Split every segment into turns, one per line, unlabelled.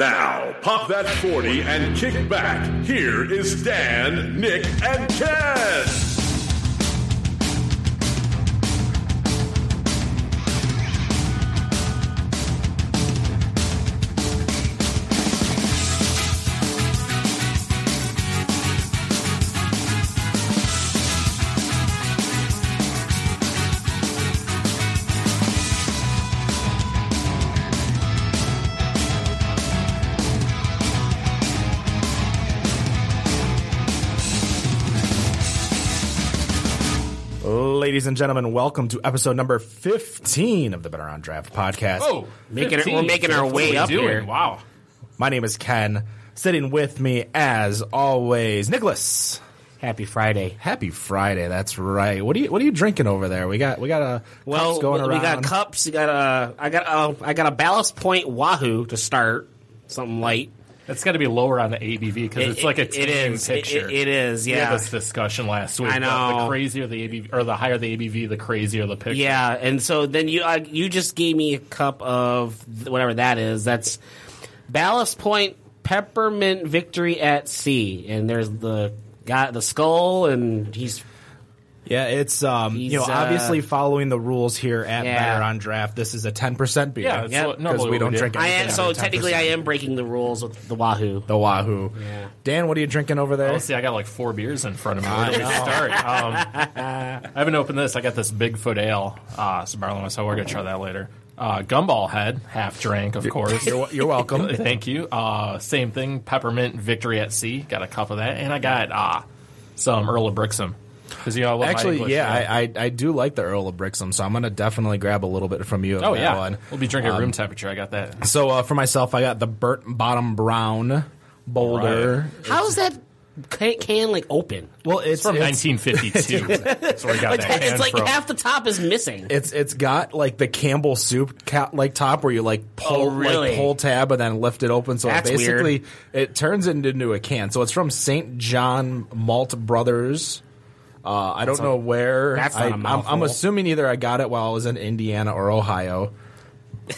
Now, pop that 40 and kick back. Here is Dan, Nick, and Ken.
Ladies and gentlemen, welcome to episode number 15 of the Better on Draft podcast.
Oh,
Making it- we're making our
What are
way
we
up
doing?
here.
Wow.
My name is Ken. Sitting with me, as always, Nicholas.
Happy Friday.
Happy Friday. That's right. What are you What are you drinking over there? We got we got a
Well,
cups going
we
around.
got cups. You got a. I got a. I got a Ballast Point Wahoo to start. Something light.
That's got to be lower on the ABV because it's like a
it
tame
is. It-
picture.
it- it is.
We had
Yeah.
this discussion last week.
I
about
know.
The crazier the ABV, or the higher the ABV, the crazier the picture.
Yeah. And so then you I, you just gave me a cup of th- whatever that is. That's Ballast Point Peppermint Victory at Sea. And there's the guy, the skull, and he's
yeah, it's um,
He's,
you know
uh,
obviously following the rules here at
Yeah.
Better on Draft. This is a ten percent beer.
Yeah, it's
Yep.
what-
because
normally
we
what
don't
do.
drink.
I
anything
am, so
under 10%.
technically I am breaking the rules with the Wahoo.
the Wahoo. Dan, what are you drinking over there?
Honestly, I got like four beers in front of me. Where do we start? Um, I haven't opened this. I got this Bigfoot Ale. Uh, it's barley wine, so we're gonna try that later. Uh, gumball head, half drank, of course.
You're, you're welcome.
Thank you. Uh, same thing, peppermint victory at sea. Got a cup of that, and I got uh, some Earl of Brixham. Because you know, I love my
Actually,
English,
yeah, I, I I do like the Earl of Brixham, so I'm gonna definitely grab a little bit from you. of
oh
that
yeah,
one. Uh, Um,
we'll be drinking room temperature. I got that.
So uh, for myself, I got the Burt Bottom Brown Boulder.
How's that ca- can like open?
Well, it's
From
it's,
1952. That's where we got that can
It's like
from.
half the top is missing.
it's it's got like the Campbell soup ca- like top where you like pull
Oh, really?
like pull tab and then lift it open. So
That's
it basically it turns it into a can. So it's from St. John Malt Brothers. Uh, I don't know where.
that's not
I,
a
I'm, I'm
mouthful.
assuming either I got it while I was in Indiana or Ohio.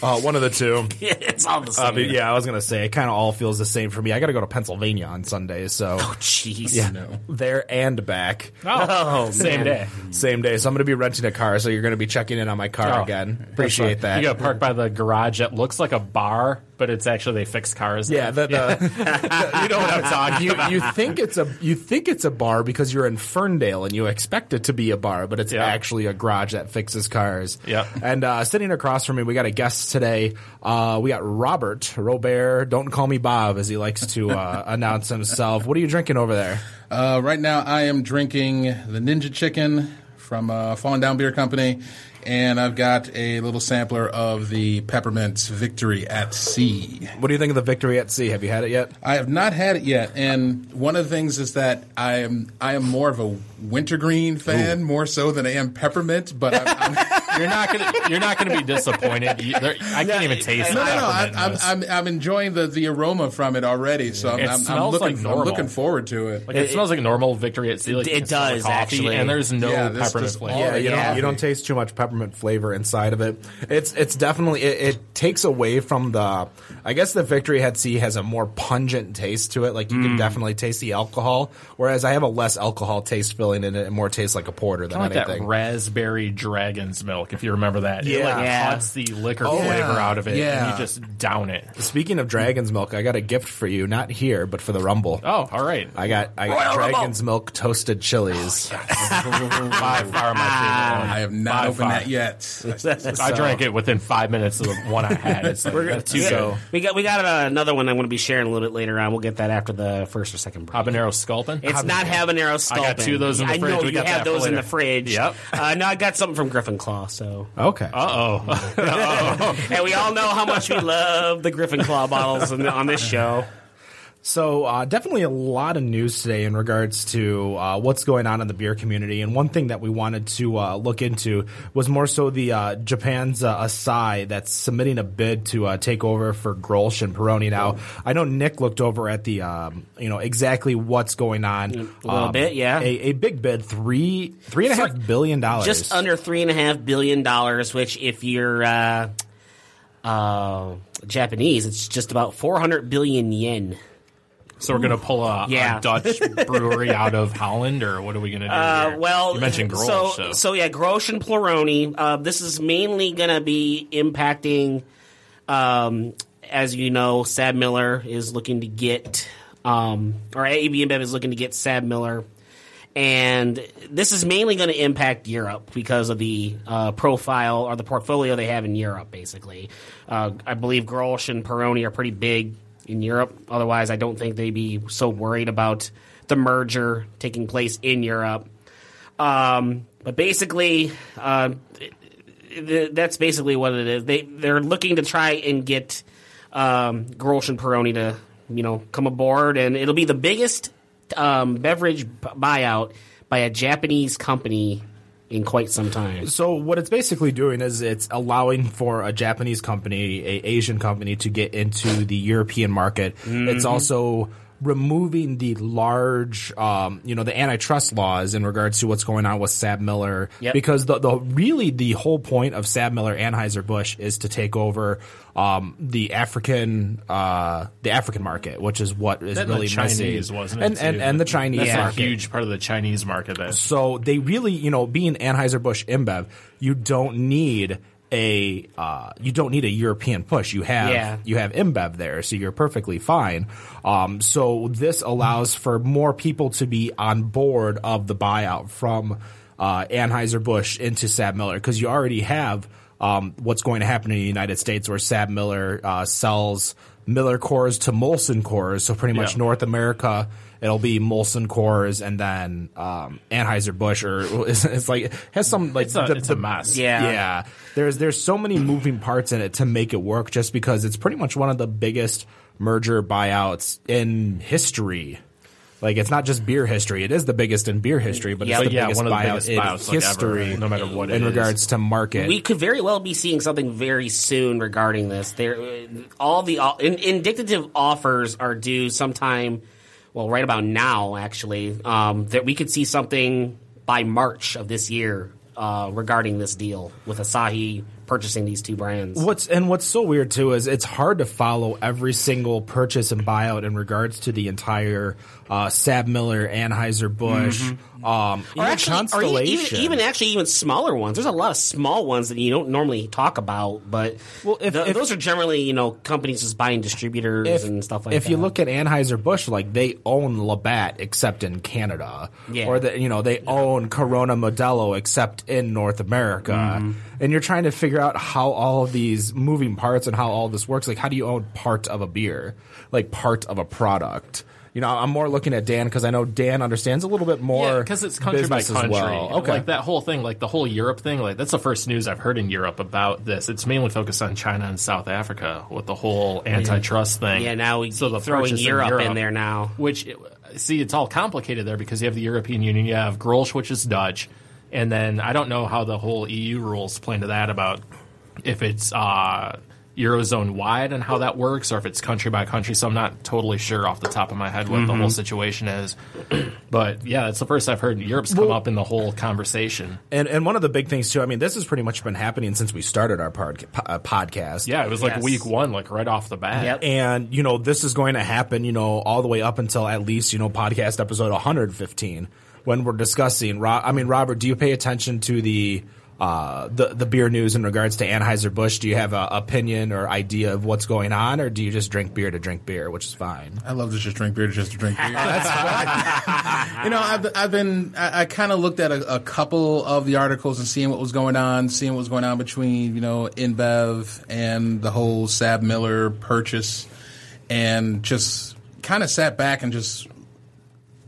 Uh, one of the two.
it's all the same.
Uh, but yeah, I was gonna say it kind of all feels the same for me. I got to go to Pennsylvania on Sunday, so
Oh, Jeez.
there and back,
Oh, same day.
same day. So I'm gonna be renting a car, so you're gonna be checking in on my car
Oh,
again.
That's
Appreciate
fine.
that.
You got parked by the garage that looks like a bar, but it's actually they fix cars.
yeah,
there.
the, the,
you know what I'm talking
you
about.
you think it's a you think it's a bar because you're in Ferndale and you expect it to be a bar, but it's
Yeah.
actually a garage that fixes cars.
Yep.
And uh, sitting across from me, we got a guest today. Uh, we got Robert Robert. Don't call me Bob, as he likes to uh, announce himself. What are you drinking over there?
Uh, right now, I am drinking the Ninja Chicken from uh, Fallen Down Beer Company, and I've got a little sampler of the Peppermint Victory at Sea.
What do you think of the victory at sea? Have you had it yet?
I have not had it yet, and one of the things is that I am I am more of a wintergreen fan, more so than I am peppermint. But I'm, I'm,
You're not gonna you're not gonna be disappointed. You, there, I can't even taste it.
no, no, no, I'm, I'm, I'm, I'm enjoying the, the aroma from it already. So I'm,
It
I'm, I'm,
smells
looking,
like
I'm
normal.
looking forward to it.
Like, it, smells like a normal victory at sea. Like,
It
you can smell the
does,
coffee,
actually.
and there's no
Yeah, this
peppermint
just
flavor.
all-
Yeah, you
Yeah.
don't you don't taste too much peppermint flavor inside of it. It's it's definitely it, it takes away from the. I guess the Victory Head Sea has a more pungent taste to it. Like you can definitely taste the alcohol, whereas I have a less alcohol taste filling in it. It more tastes like a porter than
I like that
anything.
raspberry dragon's milk, if you remember that. It
Yeah.
like
Yeah.
cuts the liquor
Oh,
flavor
yeah.
out of it,
Yeah.
and you just down it.
Speaking of dragon's milk, I got a gift for you. Not here, but for the Rumble.
Oh, all right.
I got I got dragon's milk toasted chilies.
Oh, By far my favorite one.
I have
By
not opened
far.
that yet.
I drank it within five minutes of the one I had. It's like, that's too
so-
good.
We got we got uh, another one I'm going to be sharing a little bit later on. We'll get that after the first or second break.
Habanero sculpin.
It's not habanero sculpin.
got two of those in the
I
fridge.
know
We
you
got
have
that for
those in
later.
the fridge.
Yep.
Uh, no, I got something from Griffin Claw. So,
Okay.
Uh oh.
and we all know how much we love the Griffin Claw bottles in, on this show.
So uh, definitely a lot of news today in regards to uh, what's going on in the beer community, and one thing that we wanted to uh, look into was more so the uh, Japan's uh, Asahi that's submitting a bid to uh, take over for Grolsch and Peroni. Now I know Nick looked over at the um, you know exactly what's going on Um,
A little bit, yeah.
a, a big bid three three and a half billion dollars
Just under three and a half billion dollars, which if you're uh, uh, Japanese, it's just about 400 billion yen.
So we're gonna pull a, a
Yeah.
Dutch brewery out of Holland, or what are we gonna do?
Uh,
here?
well,
you mentioned Grolsch,
so,
so,
so yeah, Grosh and Pleroni. Uh, this is mainly going to be impacting, um, as you know, Sad Miller is looking to get, um, or AB InBev is looking to get Sad Miller, and this is mainly going to impact Europe because of the uh, profile or the portfolio they have in Europe. Basically, uh, I believe Grosh and Peroni are pretty big in Europe. Otherwise, I don't think they'd be so worried about the merger taking place in Europe. Um, but basically, uh, th- th- that's basically what it is. They they're looking to try and get um, Grosh and Peroni to you know come aboard, and it'll be the biggest um, beverage b- buyout by a Japanese company in quite some time.
So what it's basically doing is it's allowing for a Japanese company, a Asian company to get into the European market.
Mm-hmm.
It's also removing the large, um, you know, the antitrust laws in regards to what's going on with Sab Miller,
Yep.
because the, the really the whole point of Sab Miller Anheuser Busch is to take over um, the African uh, the African market, which is what is
Then the
really messy.
Chinese wasn't it?
and and,
too?
and the Chinese
That's
market.
a huge part of the Chinese market. That
So they really, you know, being Anheuser Busch InBev, you don't need a uh, you don't need a European push. You have
Yeah.
you have InBev there, so you're perfectly fine. Um, so this allows for more people to be on board of the buyout from uh, Anheuser Busch into Sab Miller because you already have um, what's going to happen in the United States where Sab Miller uh, sells. Miller Coors to Molson Coors, so pretty much
Yeah.
North America It'll be Molson Coors and then um, Anheuser Busch, or it's, it's like it has some like
it's a, it's a mess.
Yeah.
yeah. There's there's so many moving parts in it to make it work, just because it's pretty much one of the biggest merger buyouts in history. Like it's not just beer history; it is the biggest in beer history, but
Yeah,
it's
but
the
yeah,
biggest
one of the
buyout
biggest
in
buyouts, like, ever,
history,
no matter what it
in
is.
regards to market.
We could very well be seeing something very soon regarding this. There, uh, all the all, in, indicative offers are due sometime. Well, right about now, actually, um, that we could see something by March of this year uh, regarding this deal with Asahi purchasing these two brands.
What's and what's so weird too is it's hard to follow every single purchase and buyout in regards to the entire uh, Sab Miller, Anheuser Busch,
Mm-hmm.
um,
Or
even
actually, or e-
Constellation.
even, even actually even smaller ones. There's a lot of small ones that you don't normally talk about, but
Well, if-
tho-
if-
those are generally you know companies just buying distributors
if,
and stuff like
if
that.
you look at Anheuser Busch, like they own Labatt except in Canada,
Yeah.
or that you know they own Corona Modelo except in North America, and you're trying to figure out how all of these moving parts and how all this works. Like, how do you own part of a beer, like part of a product? You know, I'm more looking at Dan because I know Dan understands a little bit more
because it's country by
business as
country.
well. Okay,
Like that whole thing, like the whole Europe thing, like that's the first news I've heard in Europe about this. It's mainly focused on China and South Africa with the whole antitrust thing.
yeah, now we
So the
throwing
purchase in
Europe, in
Europe-
there now.
Which see, it's all complicated there because you have the European Union, you have Grolsch, which is Dutch, and then I don't know how the whole EU rules play into that about if it's uh, eurozone wide and how that works, or if it's country by country. So I'm not totally sure off the top of my head what
Mm-hmm.
the whole situation is, but yeah, it's the first I've heard Europe's come up in the whole conversation.
and and one of the big things too. I mean, this has pretty much been happening since we started our pod, po- uh, podcast.
Yeah, it was like
Yes.
week one, like right off the bat.
Yep.
and you know this is going to happen you know all the way up until at least you know podcast episode 115 when we're discussing Ro- i mean robert do you pay attention to the uh, the the beer news in regards to Anheuser Busch. Do you have an opinion or idea of what's going on, or do you just drink beer to drink beer, which is fine?
I love to just drink beer, just to drink beer. That's fine. you know, I've, I've been, I, I kind of looked at a, a couple of the articles and seeing what was going on, seeing what was going on between, you know, InBev and the whole Sab Miller purchase, and just kind of sat back and just,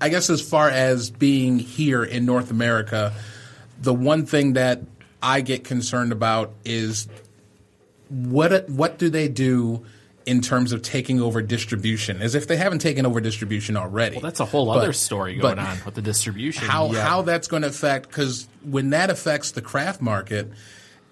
I guess, as far as being here in North America, the one thing that I get concerned about is what what do they do in terms of taking over distribution? As if they haven't taken over distribution already.
That's a whole
But-
other story going
but
on with the distribution.
How how that's going to affect because when that affects the craft market,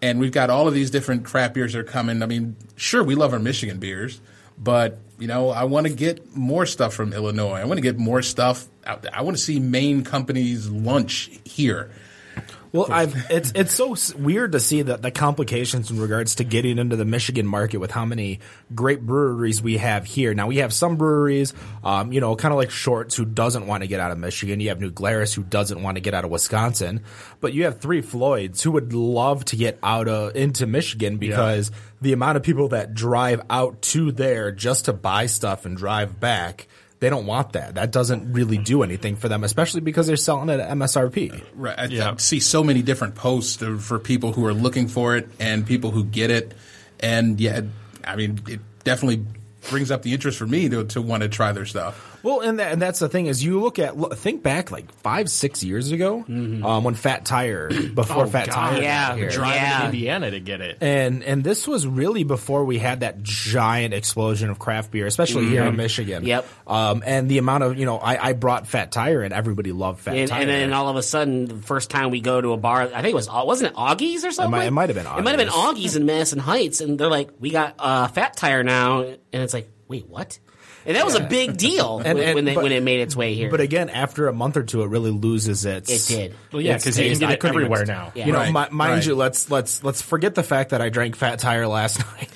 and we've got all of these different craft beers that are coming. I mean, sure, we love our Michigan beers, but you know, I want to get more stuff from Illinois. I want to get more stuff. Out I want to see Maine companies lunch here.
Well, I've, it's it's so s- weird to see the, the complications in regards to getting into the Michigan market with how many great breweries we have here. Now we have some breweries, um, you know, kind of like Shorts, who doesn't want to get out of Michigan. You have New Glarus, who doesn't want to get out of Wisconsin, but you have Three Floyds, who would love to get out of into Michigan because the amount of people that drive out to there just to buy stuff and drive back. They don't want that. That doesn't really do anything for them, especially because they're selling it at MSRP.
Right. I,
Yeah.
I see so many different posts of- for people who are looking for it and people who get it. And yeah, I mean, it definitely brings up the interest for me to, to want to try their stuff.
Well, and that, and that's the thing is you look at look, think back like five six years ago um, when Fat Tire before Fat
God,
Tire
Mm-hmm. Oh, Yeah.
got here.
driving
Yeah.
to Indiana to get it.
and and this was really before we had that giant explosion of craft beer, especially here in Michigan.
Mm-hmm. Yep.
Um, and the amount of you know I, I brought Fat Tire and everybody loved Fat
And,
Tire.
and then all of a sudden, the first time we go to a bar, I think it was uh, wasn't it Augie's or something.
might- it might have been
It might have been
Augie's.
Augie's in Madison Heights, and they're like, "We got uh, Fat Tire now," and it's like, "Wait, what?" And that was a big deal
And-
when,
and-
when, they,
but-
when it made its way here.
but again, after a month or two, it really loses
it
its.
did.
Well, yeah,
its
because you can
taste.
get
I
it
couldn't even-
everywhere now.
Yeah.
You know,
Right,
mi- mind
right.
you, let's let's let's forget the fact that I drank Fat Tire last night.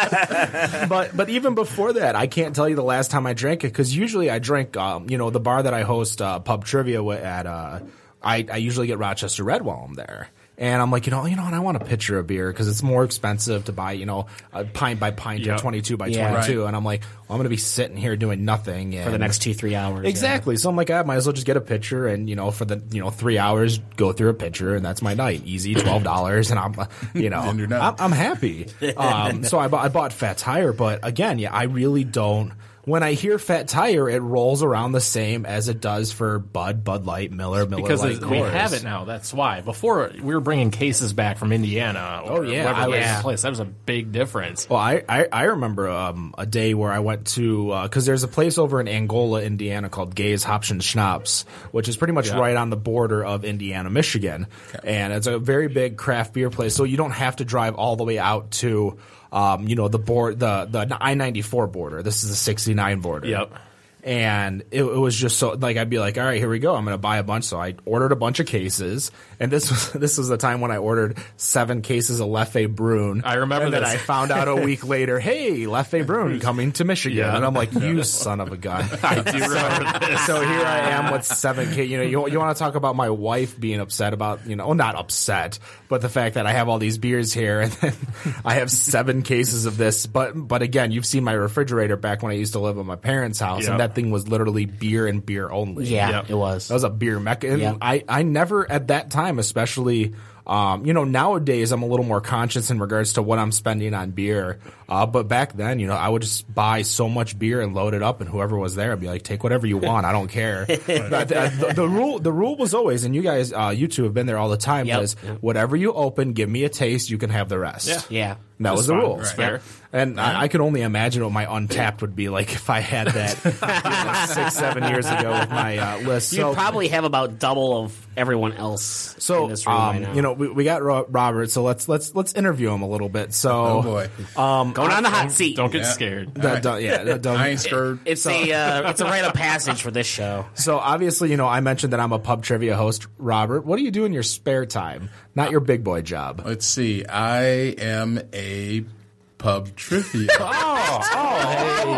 but but even before that, I can't tell you the last time I drank it because usually I drink, um, you know, the bar that I host uh, pub trivia wi- at. Uh, I I usually get Rochester Red while I'm there. And I'm like, you know, you know, and I want a pitcher of beer because it's more expensive to buy, you know, a pint by pint
Yeah.
or 22 by
Yeah.
22.
Right.
And I'm like, well, I'm going to be sitting here doing nothing
for the next two three hours. yeah.
Exactly. So I'm like, I might as well just get a pitcher and, you know, for the, you know, three hours, go through a pitcher and that's my night. Easy, $12. And I'm, uh, you know,
you're
I'm,
done.
I'm happy. Um, so I, bu- I bought Fat Tire, but again, yeah, I really don't. When I hear Fat Tire, it rolls around the same as it does for Bud, Bud Light, Miller, Miller
Because
Lite.
we
Coors.
have it now, that's why. Before we were bringing cases back from Indiana or
Oh, yeah,
wherever
I
was
was-
the place. That was a big difference.
Well, I, I, I remember um, a day where I went to because there's a place over in Angola, Indiana called Gay's Hopsh and Schnapps, which is pretty much
Yeah.
right on the border of Indiana, Michigan, and it's a very big craft beer place. So you don't have to drive all the way out to um, you know the board the the I ninety four border. This is the sixty nine border.
Yep.
And it, it was just so like I'd be like, all right, here we go. I'm gonna buy a bunch. So I ordered a bunch of cases, and this was this was the time when I ordered seven cases of Leffe Brune.
I remember
and then
this.
I found out a week later, hey, Leffe Brune coming to Michigan,
Yeah.
and I'm like, you son of a gun.
I do remember this.
so here I am with seven kids. You know, you, you want to talk about my wife being upset about you know, well, not upset, but the fact that I have all these beers here and then I have seven cases of this. But but again, you've seen my refrigerator back when I used to live at my parents' house,
Yeah.
and that thing was literally beer and beer only.
Yeah,
Yep.
it was.
That was a beer mecca. And
Yeah.
I, I never at that time, especially, um, you know, nowadays I'm a little more conscious in regards to what I'm spending on beer. Uh, but back then, you know, I would just buy so much beer and load it up, and whoever was there, I'd be like, take whatever you want. I don't care. But the, the- the rule, the rule was always, and you guys, uh, you two have been there all the time,
Yep.
was whatever you open, give me a taste, you can have the rest.
Yeah.
yeah.
And that was the
fine.
rule.
It's fair.
And I, I could only imagine what my untapped would be like if I had that you know, six, seven years ago with my uh, list.
You
so,
probably have about double of everyone else
so
in this room right
um,
now.
you know, we, we got Ro- Robert, so let's let's let's interview him a little bit. So,
Oh, boy.
going on the hot seat.
Don't get
Yeah.
scared.
That- don't- yeah, that don't-
I ain't scared.
It's a uh, it's a rite of passage for this show.
so obviously, you know, I mentioned that I'm a pub trivia host. Robert, what do you do in your spare time? Not your big boy job.
Let's see. I am a pub trivia.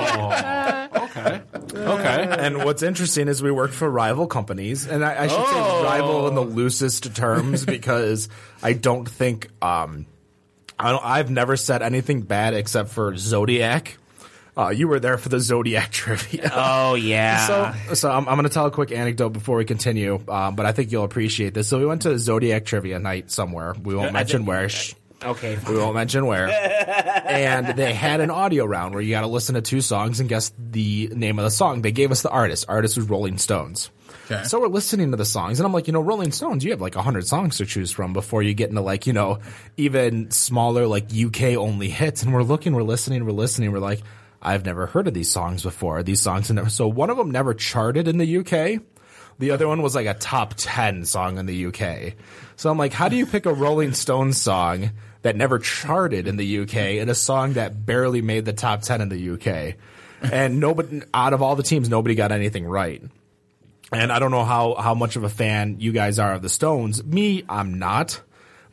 Okay. Okay.
And what's interesting is we work for rival companies, and I, I should say
Oh.
rival in the loosest terms because I don't think um, I don't, I've never said anything bad except for Zodiac. Uh, you were there for the Zodiac trivia.
Oh yeah.
So, so I'm, I'm going to tell a quick anecdote before we continue, um, but I think you'll appreciate this. So we went to Zodiac Trivia Night somewhere. We won't mention where. Shh.
okay.
We won't mention where. and they had an audio round where you got to listen to two songs and guess the name of the song. They gave us the artist. Artist was Rolling Stones.
Okay.
So we're listening to the songs, and I'm like, you know, Rolling Stones, you have like 100 songs to choose from before you get into like, you know, even smaller, like UK only hits. And we're looking, we're listening, we're listening, we're like, I've never heard of these songs before. These songs, have never. So one of them never charted in the UK. The other one was like a top 10 song in the UK. So I'm like, how do you pick a Rolling Stones song that never charted in the UK and a song that barely made the top 10 in the UK? And nobody, out of all the teams, nobody got anything right. And I don't know how, how much of a fan you guys are of the Stones. Me, I'm not.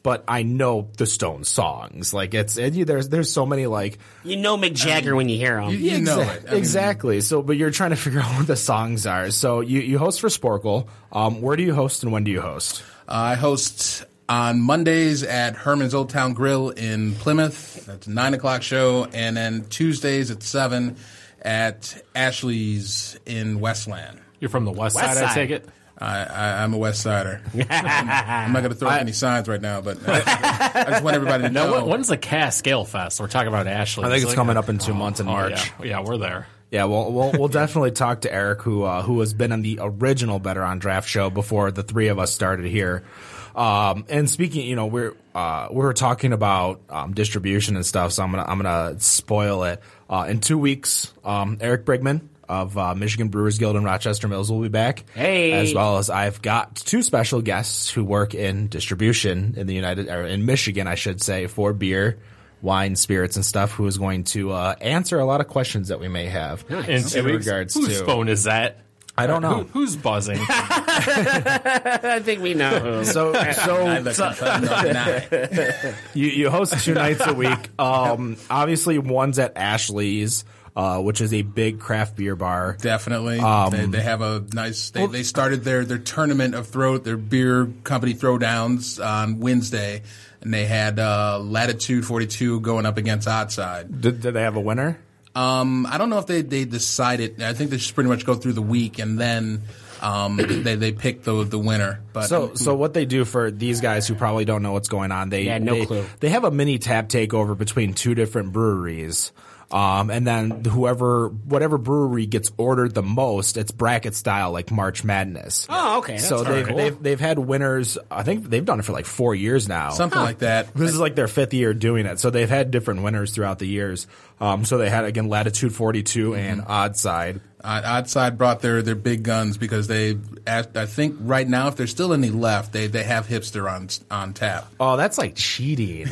But I know the Stones songs. Like it's and you, there's there's so many like
You know Mick Jagger
Um,
when you hear him.
You, you know
Exa-
it. I mean,
exactly. So, but you're trying to figure out what the songs are. So you, you host for Sporkle. Um, where do you host and when do you host?
I host on Mondays at Herman's Old Town Grill in Plymouth. That's a nine o'clock show, and then Tuesdays at seven at Ashley's in Westland.
You're from the west,
West
side, I
side.
take it.
I, I, I'm a West Sider. I'm, I'm not going to throw up any signs right now, but I, I just want everybody to know.
Now, when- when's the Cass Scale Fest? We're talking about Ashley.
I think it's
like-
coming up in two months in
Oh,
March.
Yeah. yeah, we're there.
Yeah, well, we'll, we'll definitely talk to Eric, who uh, who has been on the original Better on Draft show before the three of us started here. Um, and speaking, you know, we're uh, we were talking about um, distribution and stuff, so I'm gonna I'm gonna spoil it. Uh, in two weeks, um, Eric Brigman of uh, Michigan Brewers Guild in Rochester Mills will be back,
Hey.
as well as I've got two special guests who work in distribution in the United or in Michigan, I should say, for beer. Wine, spirits, and stuff. Who is going to uh, answer a lot of questions that we may have?
In two
in
weeks.
regards
Whose
to.
phone is that?
I don't
Who,
know.
who's buzzing?
I think we know. who.
So, so
Look, I'm trying not to deny it.
you, you host two nights a week. Um, obviously, one's at Ashley's, uh, which is a big craft beer bar.
Definitely, they, they have a nice. They, they started their their tournament of throat, their beer company throwdowns on Wednesday, and they had uh, Latitude Forty Two going up against Outside.
Did, did they have a winner?
Um, I don't know if they, they decided. I think they just pretty much go through the week and then um, they they pick the the winner. But
So, so what they do for these guys who probably don't know what's going on, they
Yeah, no
they,
clue.
they have a mini tap takeover between two different breweries. Um, and then whoever, whatever brewery gets ordered the most, it's bracket style, like March Madness.
Oh, okay. That's
so they've,
alright.
they've they've had winners. I think they've done it for like four years now.
something like that.
This is like their fifth year doing it, so they've had different winners throughout the years. Um, so they had again Latitude 42 and
Mm-hmm.
Odd Side.
Odd- Oddside brought their, their big guns because they, at- I think right now, if there's still any left, they, they have hipster on on tap.
Oh, that's like cheating.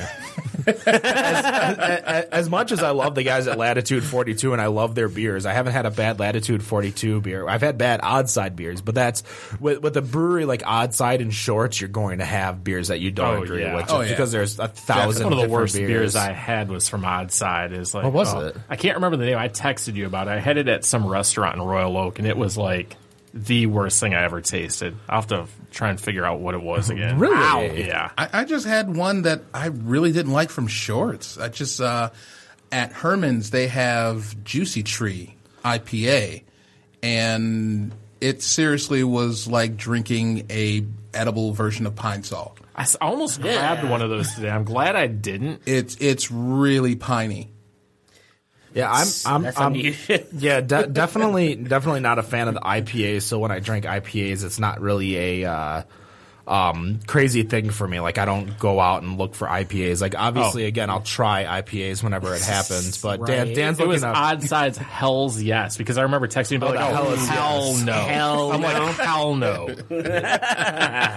as, as, as much as I love the guys at Latitude 42 and I love their beers, I haven't had a bad Latitude 42 beer. I've had bad Odd Side beers, but that's with, with a brewery like Odd Side and Shorts, you're going to have beers that you don't
Oh,
agree
yeah.
with
Oh,
just
yeah.
because there's a thousand
One of the
different
worst beers. I had was from Odd Side. Is like
What was
oh,
it?
I can't remember the name. I texted you about it. I had it at some restaurant in Royal Oak, and it was like the worst thing I ever tasted. I'll have to try and figure out what it was again.
Really?
Wow. Yeah.
I, I just had one that I really didn't like from Shorts. I just uh, at Herman's they have Juicy Tree IPA, and it seriously was like drinking a edible version of pine salt.
I s- I almost grabbed one of those today. I'm glad I didn't.
It's it's really piney.
Yeah, I'm. I'm,
That's
I'm
unusual.
yeah, de- definitely, definitely not a fan of the IPAs. So when I drink IPAs, it's not really a uh, um, crazy thing for me. Like I don't go out and look for IPAs. Like obviously,
Oh.
again, I'll try IPAs whenever it happens. But Dan,
Right.
Dan's
It
looking
was
up.
Odd Side's Hell's Yes because I remember texting about like,
the
oh,
Hell's
hell no,
Hell
I'm
no.
like hell no. I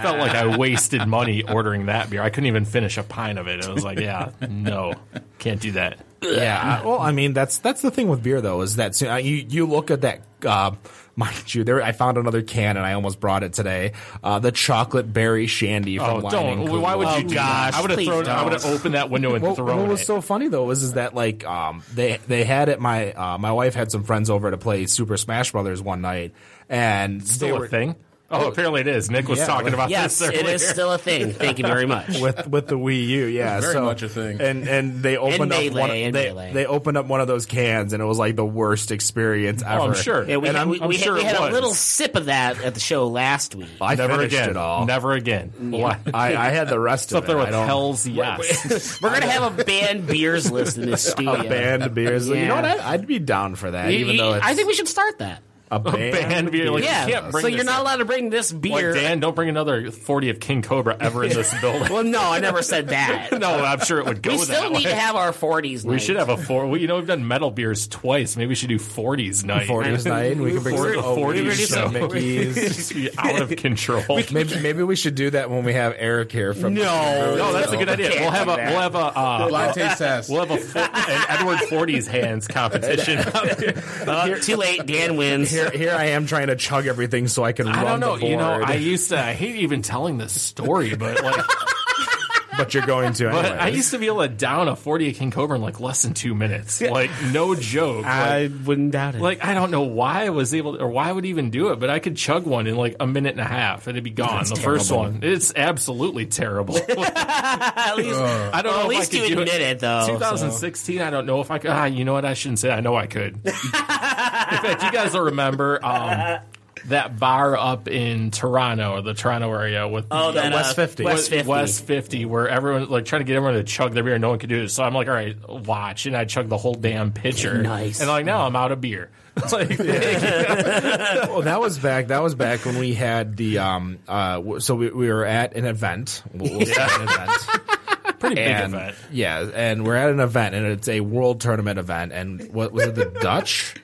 felt like I wasted money ordering that beer. I couldn't even finish a pint of it. It was like, yeah, no, can't do that.
yeah. I- Well, I mean, that's that's the thing with beer though is that so- uh, you you look at that. Uh, mind you, there I found another can and I almost brought it today. Uh, the chocolate berry shandy
Oh,
from Lion and Oh,
don't!
Cool.
Why would you do
gosh,
that? I would have
please
thrown. I
don't.
would have opened that window and
Well,
thrown
what was
it.
so funny though is is that like um, they they had it. My uh, my wife had some friends over to play Super Smash Brothers one night, and they
Still
were
a thing? Oh, apparently it is. Nick was
Yeah,
talking
like-
about
yes,
this earlier.
it is still a thing. Thank you very much.
with with the Wii U. Yeah,
very
so,
much a thing.
And and they opened up
Melee,
one.
and
They,
Melee.
they opened up one of those cans, and it was like the worst experience ever.
Oh, I'm sure.
Yeah, we,
And
had,
I'm-
we,
I'm
we had-
sure
we
it
had a
was.
little sip of that at the show last week.
I
Never
finished
again.
it all.
Never again. Why?
I, I had the rest of
Up
it.
there
I
with
don't-
Hell's Yes.
We're gonna have a banned beers list in this studio.
A band beers. You
Yeah.
know what? I'd, I'd be down for that,
You-
even
you-
though it's
I think we should start that.
a band,
banned beer, like- You
Yeah.
can't bring
So you're
this
not
up.
allowed to bring this
Like,
beer.
Dan, don't bring another 40 of King Cobra ever in this building.
well, no, I never said that.
no, I'm sure it would go
we
that
still need
way.
to have our 40s.
we should have a four. We, you know, we've done metal beers twice. Maybe we should do 40s night.
40s night. We could bring
Forty-
some
forty
O's,
show.
some Mickey's.
Just be out of control.
Maybe, maybe we should do that when we have Eric here from
No.
No, that's a good idea. We'll have a we'll have a uh,
Blind taste test.
we'll have a fo- an Edward 40s hands competition.
Uh, too late. Dan wins.
here, here I am trying to chug everything so I can
I
run
don't know.
the board.
You know, I used to. I hate even telling this story, but like,
but you're going to.
but
anyway.
I used to be able to down a forty at King Cobra in like less than two minutes. Like, no joke.
I wouldn't doubt it.
like, like, I don't know why I was able, to, or why I would even do it, but I could chug one in like a minute and a half, and it'd be gone. the first one, it's absolutely terrible.
at least,
I
Well,
don't
at
know. if I
least
could
you
do
admit it, though, so.
2016. I don't know if I could. Ah, you know what? I shouldn't say. I know I could. in fact, you guys will remember um, that bar up in Toronto, the Toronto area with
oh,
the,
that, uh,
West 50.
West 50.
West 50, where everyone like trying to get everyone to chug their beer, no one could do it. So I'm like, all right, watch, and I chug the whole damn pitcher.
Nice.
And like, now I'm out of beer. It's like,
Well, that was back. That was back when we had the um. Uh, w- so we, we were at an event. We'll, we'll say an event.
pretty big
And,
event.
Yeah, and we're at an event, and it's a world tournament event. And what was it? The Dutch.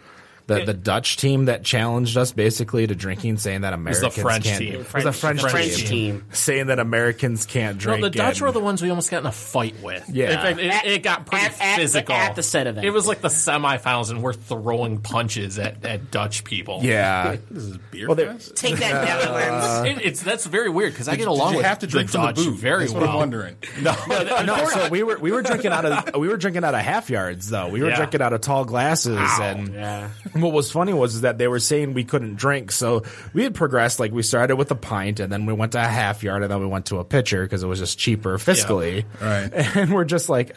The, the Dutch team that challenged us basically to drinking, saying that
the
Americans
French
can't.
team.
It was the French,
French
team,
team.
saying that Americans can't
No,
drink.
the Dutch
and-
were the ones we almost got in a fight with.
Yeah.
in fact, it,
At-
it got pretty
at- at the-
physical
at the set event.
It was like the semifinals, and we're throwing punches at, at Dutch people.
Yeah,
This is beer
Well, they-
fest?
Take that, Netherlands.
It- it's that's very weird because I get
Did
along
you
with
have to drink
the
from the
Dutch
booth?
very
That's
well.
what I'm wondering.
No, no,
no, so we were we were drinking out of we were drinking out of half yards though. We were
Yeah.
drinking out of tall glasses, and what was funny was that they were saying we couldn't drink. So we had progressed like we started with a pint, and then we went to a half yard, and then we went to a pitcher because it was just cheaper fiscally.
Right.
And we're just like,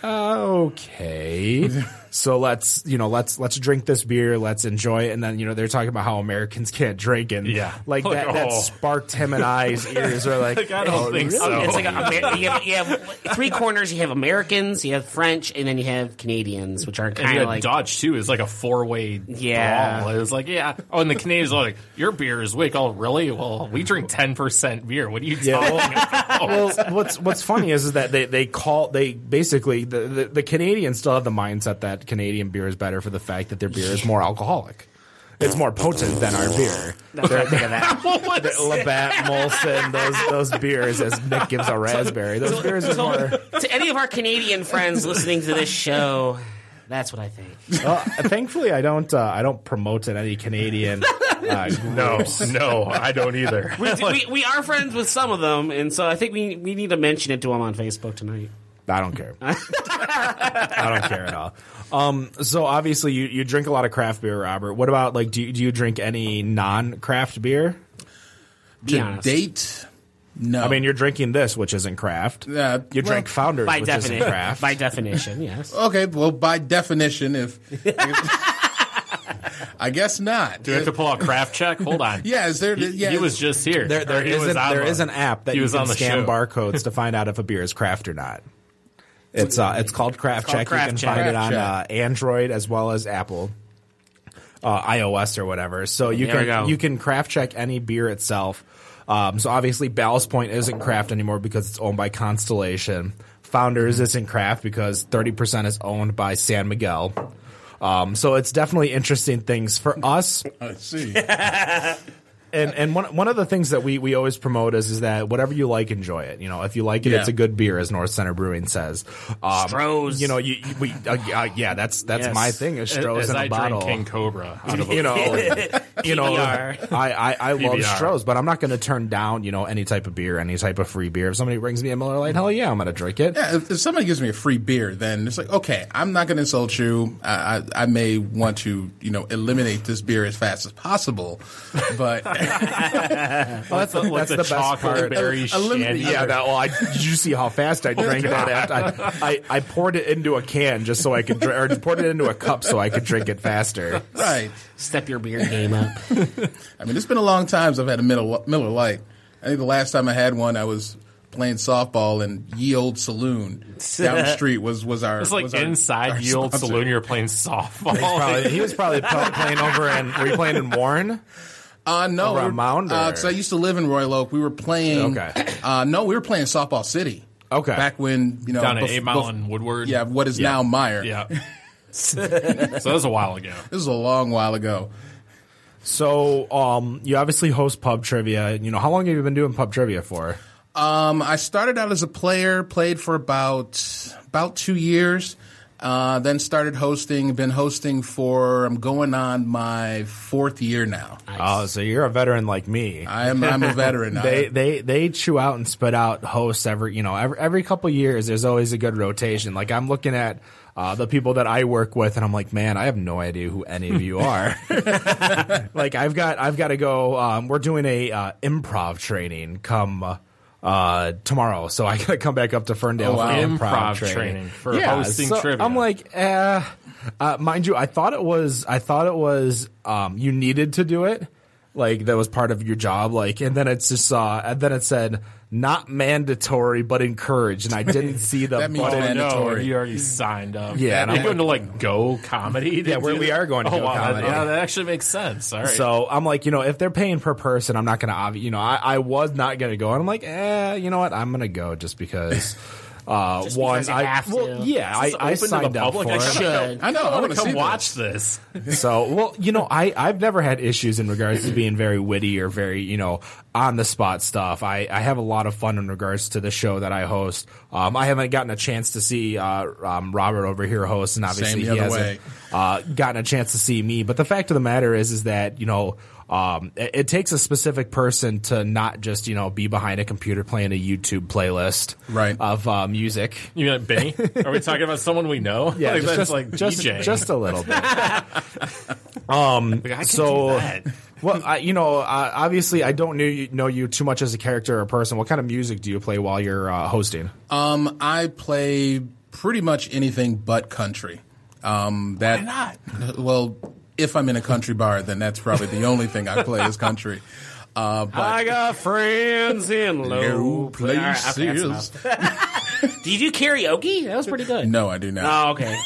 okay, so let's you know let's let's drink this beer, let's enjoy it, and then you know they're talking about how Americans can't drink, and
Yeah.
like
Like,
that that
oh.
sparked him and I's ears are like, "Oh,
I don't think so.
Oh, It's like Amer- you, have, you have three corners. You have Americans, you have French, and then you have Canadians, which are
And
kind
yeah,
of like
Dutch too is like a four way
Yeah.
brawl. It was like, yeah. Oh, and the Canadians are like, your beer is weak. Oh, really? Well, we drink ten percent beer. What are you
Yeah,
talking
well-
about?
well, what's what's funny is, is that they, they call they basically the, the the Canadians still have the mindset that Canadian beer is better for the fact that their beer is more alcoholic. It's more potent than our beer.
Don't think of that.
What was it?
Labatt, Molson, those those beers, as Nick gives a raspberry, those beers are more.
to any of our Canadian friends listening to this show, that's what I think.
Well, uh, thankfully, I don't uh, I don't promote it any Canadian. Uh,
No, no, I don't either.
We, we, we are friends with some of them, and so I think we we need to mention it to them on Facebook tonight.
I don't care. I don't care at all. Um, so obviously, you, you drink a lot of craft beer, Robert. What about like do you, do you drink any non craft beer?
Be honest.
Date? No.
I mean, you're drinking this, which isn't craft.
Yeah,
you
well-
drink Founders,
Uh, by
which isn't
definition,
craft.
by definition, yes.
Okay, well, by definition, if. I guess not.
Do we have to pull out craft check? Hold on.
Yeah, is there-
He,
yeah,
he
is-
was just here.
there, there,
Or he
is,
was
an,
on
there
the-
is an app that
he
you
was
can
on the
scan
show.
barcodes to find out if a beer is craft or not. It's uh, it's called Craft
called
Check.
Craft
you can
Check.
find it
Craft
on
Check.
uh, Android as well as Apple, uh, iOS or whatever. So you
There we go.
can you can craft check any beer itself. Um, so obviously, Ballast Point isn't craft anymore because it's owned by Constellation. Founders
Hmm.
isn't craft because thirty percent is owned by San Miguel. Um, so it's definitely interesting things for us
I see.
and and one one of the things that we we always promote is is that whatever you like, enjoy it. You know, if you like it,
Yeah.
it's a good beer, as North Center Brewing says. Um,
Stroh's.
you know, you, you- we uh, uh, yeah, that's that's
Yes.
my thing is
As-
Stroh's
as
in a
I
bottle.
drink King Cobra out of a
you know, you know, I
PBR.
I, I love
PBR.
Stroh's, but I'm not going to turn down you know any type of beer, any type of free beer. If somebody brings me a Miller Lite, hell yeah, I'm going to drink it.
Yeah, if, if somebody gives me a free beer, then it's like, okay, I'm not going to insult you. I, I, I may want to, you know, eliminate this beer as fast as possible, but
Well, that's,
Like the chocolate berry
A little-
shit.
Yeah, that, well, I, did you see how fast I drank that? After I, I, I poured it into a can just so I could, dr- or poured it into a cup so I could drink it faster.
right.
Step your beer game up.
I mean, it's been a long time since I've had a Miller, Miller Lite. I think the last time I had one, I was playing softball in Ye Old Saloon down the street. Was was our
It's like
was our-
inside
our
ye old
sponsor.
saloon. You're playing softball.
Probably, he was probably pl- playing over in. Were you playing in Warren?
Uh, no,
Over on Mound, or-
Because I used to live in Royal Oak. We were playing.
Okay.
Uh, no, we were playing softball city.
Okay.
Back when you know
down at
bef-
Eight Mile
bef-
and Woodward.
Yeah, what is now Meyer.
yeah. so that was a while ago.
This is a long while ago.
So, um, you obviously host pub trivia. You know, how long have you been doing pub trivia for?
Um, I started out as a player, played for about about two years. Uh, then started hosting, been hosting for, I'm going on my fourth year now.
Oh, so you're a veteran like me.
I am, I'm a veteran now.
they they they chew out and spit out hosts every you know every every couple years. There's always a good rotation. Like I'm looking at. Uh, the people that I work with, and I'm like, man, I have no idea who any of you are. like, I've got, I've got to go. Um, we're doing a uh, improv training come uh, tomorrow, so I got to come back up to Ferndale
Oh, wow.
for improv,
Improv
training.
training for hosting trivia.
I'm like, eh. Uh, mind you, I thought it was, I thought it was, um, you needed to do it. Like that was part of your job. Like, and then it's just, uh, and then it said not mandatory, but encouraged. And I didn't see the
That means
but
mandatory.
Oh, no, you already signed up.
Yeah, and
you're
I'm
going to like go comedy. to
Yeah, we're-
do
we
that?
are going to
oh,
Go
wow, that-
Comedy.
yeah, that actually makes sense. All right.
So I'm like, you know, if they're paying per person, I'm not gonna, obvi- you know, I, I was not gonna go, and I'm like, eh, you know what, I'm gonna go just because. Uh,
Just
one,
because you
I,
have to.
well, yeah,
Is
I,
this
I
open to the
signed up
public?
for
I
it.
should.
I know,
I
I
want
wanna
to
see
come
this.
watch this.
So, well, you know, I, I've never had issues in regards to being very witty or very, you know, on the spot stuff. I, I have a lot of fun in regards to the show that I host. Um, I haven't gotten a chance to see uh, um, Robert over here host, and obviously
the
he
other
hasn't
way.
uh, gotten a chance to see me. But the fact of the matter is, is that, you know, um, it, it takes a specific person to not just, you know, be behind a computer playing a YouTube playlist
Right.
of uh, music.
You mean like Benny? Are we talking about someone we know?
Yeah,
like,
just,
that's
just,
like E
just,
DJing.
just a little bit. Um,
Like, I can
so-
do that.
Well, I, you know, uh, obviously, I don't know you, know you too much as a character or person. What kind of music do you play while you're uh, hosting?
Um, I play pretty much anything but country. Um, that
Why
Well, if I'm in a country bar, then that's probably the only thing I play is country. Uh, but
I got friends in low
No
pla- All right, okay, that's
places.
enough. Did you do karaoke? That was pretty good.
no, I do not.
Oh, okay.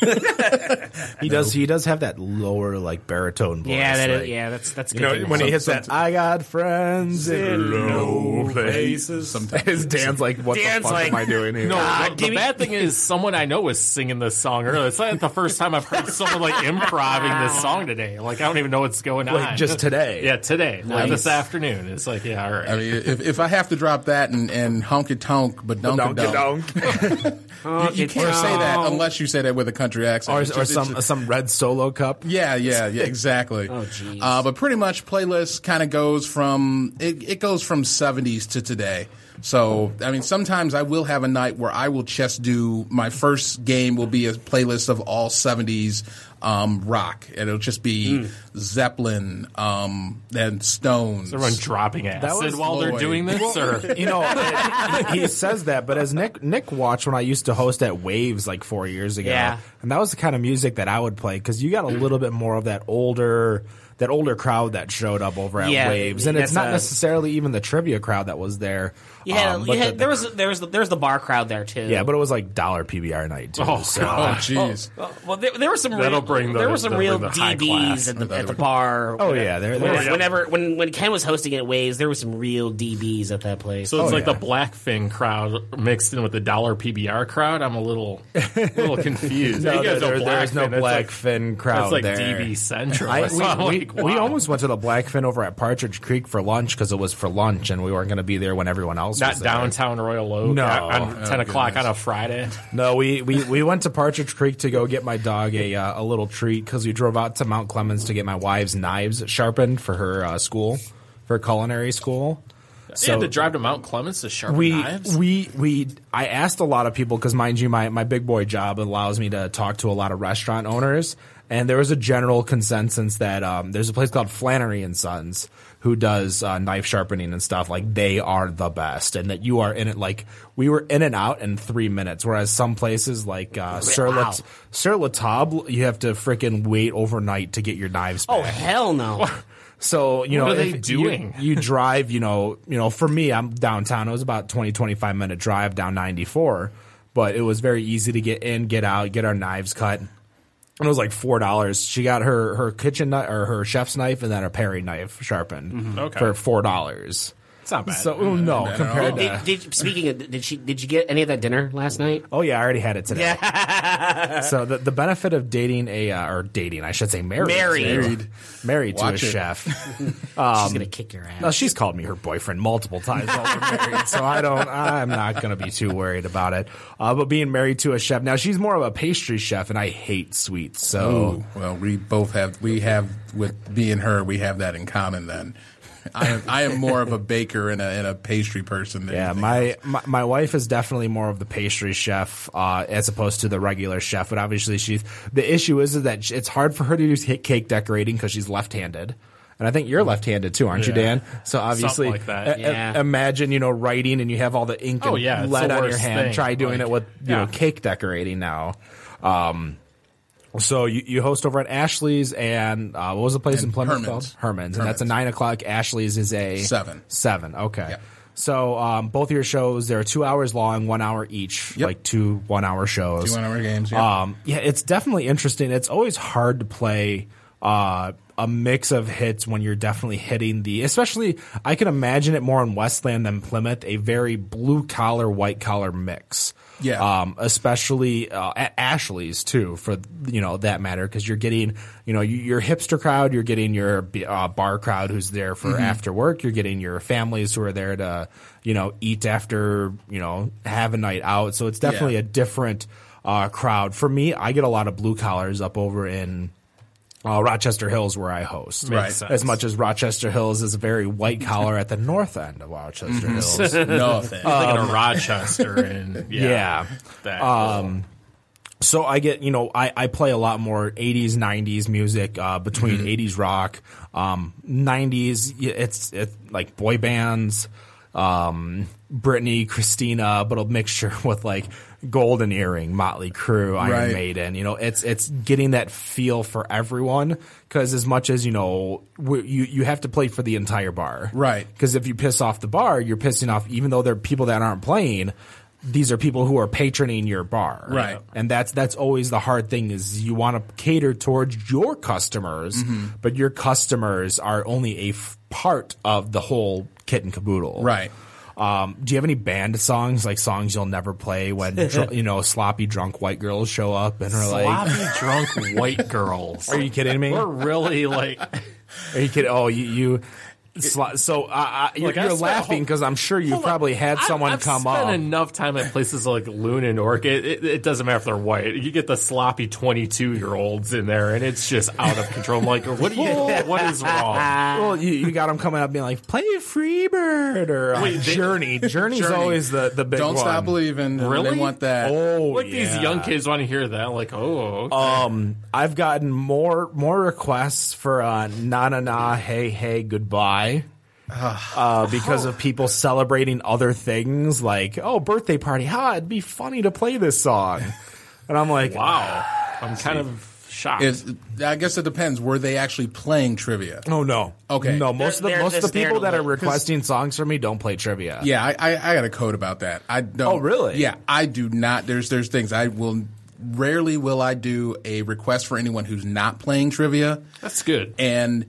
He does. He does have that lower like baritone voice.
Yeah, that
like-
is, yeah, that's that's good.
You know,
to
when he
know.
hits that, I got friends in low places. Sometimes Dan's like, what
Dan's
the fuck
like,
am I doing here?
No,
Ah,
the,
give
the
me-
bad thing is someone I know was singing this song earlier. It's not the first time I've heard someone like improving this song today. Like I don't even know what's going
Like,
on.
just today.
yeah, today, like
Nice.
this afternoon. It's like yeah, all right.
I mean, if, if I have to drop that and, and honky tonk, but don't
Donk,
don't.
donk.
You, you can't say that unless you say that with a country accent.
or,
It's
or
just- it's-
some some red solo cup.
Yeah, yeah, yeah, exactly. oh,
jeez.
Uh, but pretty much, playlist kind of goes from it, it goes from seventies to today. So I mean, sometimes I will have a night where I will just do my first game will be a playlist of all seventies um, rock, and it'll just be
Hmm.
Zeppelin, um, then Stones.
Everyone dropping
was
acid while they're
Lloyd.
doing this, or
You know, it- he says that, but as Nick Nick watched when I used to host at Waves like four years ago,
Yeah.
and that was the kind of music that I would play because you got a little bit more of that older that older crowd that showed up over at
Yeah,
Waves, and it's
that's
not
a-
necessarily even the trivia crowd that was there.
You had,
um,
you
but
had-
the-
there was there was there was the bar crowd there too.
yeah, but it was like dollar PBR night too.
Oh,
so.
Oh, jeez.
Well, well, there, there were some
That'll
real,
bring the-
there were some
that'll
real
bring the high
DBs
class.
at the, at the bar.
Oh, yeah, there- there-
Whenever- whenever when when Ken was hosting at Waves, there were some real DBs at that place.
so it's
Oh,
like
yeah.
the Blackfin crowd mixed in with the Dollar PBR crowd. I'm a little, a little confused.
No,
You guys
there-
know
there's no
Blackfin, that's
Black
like-
Fin crowd
That's like
there.
DB Central.
I-
So I'm
we, we,
like,
we
wow.
almost went to the Blackfin over at Partridge Creek for lunch because it was for lunch and we weren't going to be there when everyone else
not
was there.
downtown Royal Oak.
No.
on ten
Oh,
o'clock
goodness.
on a Friday.
No, we, we, we went to Partridge Creek to go get my dog a uh, a little treat because we drove out to Mount Clemens to get my wife's knives sharpened for her uh, school, for culinary school.
you had to drive to Mount Clemens to sharpen
we
knives.
we we I asked a lot of people because mind you, my my big boy job allows me to talk to a lot of restaurant owners, and there was a general consensus that um, there's a place called Flannery and Sons who does uh, knife sharpening and stuff. Like they are the best, and that you are in it. Like we were in and out in three minutes, whereas some places like uh, Sir La-
Wow.
Sir La Table, you have to freaking wait overnight to get your knives.
oh
back.
hell no!
So you
What
know,
are they
if you-
doing?
You, drive, you know, you know. For me, I'm downtown. It was about 20, 25 minute drive down 94, but it was very easy to get in, get out, get our knives cut. And it was like four dollars. She got her her kitchen knife or her chef's knife and then her paring knife sharpened
Mm-hmm. Okay.
for four dollars.
It's not bad. Mm-hmm.
So ooh, no, compared
Oh.
to
Did, did, speaking of, did she did you get any of that dinner last night?
Oh yeah, I already had it today. so the, the benefit of dating a uh, or dating, I should say, married,
Married.
to-
Married.
married to
Watch
a
it.
chef.
She's gonna kick your ass.
now, she's called me her boyfriend multiple times while we're married, so I don't. I'm not going to be too worried about it. Uh, but being married to a chef now, she's more of a pastry chef, and I hate sweets. So
Ooh, Oh, well, we both have we have with me and her we have that in common. Then I am, I am more of a baker and a, and a pastry person. Than
yeah,
anything
my,
else.
my my wife is definitely more of the pastry chef uh, as opposed to the regular chef. But obviously, she's the issue is, is that sh- it's hard for her to do ca- cake decorating because she's left-handed. And I think you're left-handed too, aren't you,
Mm-hmm. Yeah.
Dan? So obviously,
like that,
a- a-
yeah.
imagine you know writing and you have all the ink and
Oh, yeah, it's
lead
the
on your
worst
hand.
thing.
Try doing
Like,
it with you
yeah.
know cake decorating now. Um, so you, you host over at Ashley's and uh, what was the place
And
in Plymouth
Herman's.
called? Herman's, and that's a
Herman's.
nine o'clock. Ashley's is a
Seven.
Seven. Okay.
Yeah.
So um, both of your shows they're two hours long, one hour each,
Yep.
like two one hour shows.
Two one-hour games, yeah.
Um, yeah, it's definitely interesting. It's always hard to play uh, a mix of hits when you're definitely hitting the. Especially, I can imagine it more in Westland than Plymouth, a very blue collar, white collar mix.
Yeah.
Um, especially uh, at Ashley's too, for you know that matter, because you're getting you know you- your hipster crowd, you're getting your uh, bar crowd who's there for
Mm-hmm.
after work, you're getting your families who are there to you know eat after you know have a night out. So it's definitely
Yeah.
a different uh, crowd. For me, I get a lot of blue collars up over in uh, Rochester Hills where I host.
Right. sense.
As much as Rochester Hills is a very white collar at the north end of
Mm-hmm.
Rochester Hills.
no thanks.
thinking of Rochester and yeah,
Um, Yeah. Um,
that whole-
So I get, you know, I, I play a lot more 80s, 90s music, uh, between
Mm-hmm.
80s rock, um, 90s, y- it's, it's like boy bands, um, Brittany, Christina, but a mixture with like Golden Earring, Motley Crue, Iron
Right.
Maiden, you know, it's, it's getting that feel for everyone. Cause as much as, you know, we, you, you have to play for the entire bar.
Right.
Because if you piss off the bar, you're pissing off, even though they're people that aren't playing, these are people who are patroning your bar.
Right.
And that's that's always the hard thing is you want to cater towards your customers,
Mm-hmm.
but your customers are only a f- part of the whole kit and caboodle.
Right.
Um, do you have any band songs like songs you'll never play when dr- you know sloppy drunk white girls show up and are like,
sloppy drunk white girls.
"Are you kidding me?
We're
Are
really like
you kidding? Oh, you." you slo- so uh, uh, you're,
Look,
you're
I spent a whole-
laughing because I'm sure you
Hold on.
probably had
I've-
someone
I've
come
spent
up.
enough time at places like Loon and Orc. It, it, it doesn't matter if they're white. You get the sloppy twenty-two-year-olds in there, and it's just out of control. I'm like, what? Are you, what is wrong?
Well, you, you got them coming up being like, play Freebird or uh,
Wait, they-
Journey. Journey's
Journey.
always the, the big
Don't
one.
stop believing.
Really?
They want that.
Oh,
Like these
yeah.
young kids want to hear that. Like, oh, okay.
I've gotten more more requests for uh, na na na hey hey goodbye.
Ah.
Uh, because of people celebrating other things like oh birthday party, ha! It'd be funny to play this song, and I'm like,
wow. I'm kind of shocked.
Is, I guess it depends. Were they actually playing trivia?
oh no,
Okay.
no. Most
They're-
of the
they're
most of the
just there
people
to
that are
look- 'cause-
requesting songs from me don't play trivia.
Yeah, I, I, I got a code about that. I don't.
Oh, really?
Yeah, I do not. There's there's things I will rarely will I do a request for anyone who's not playing trivia,
That's good.
and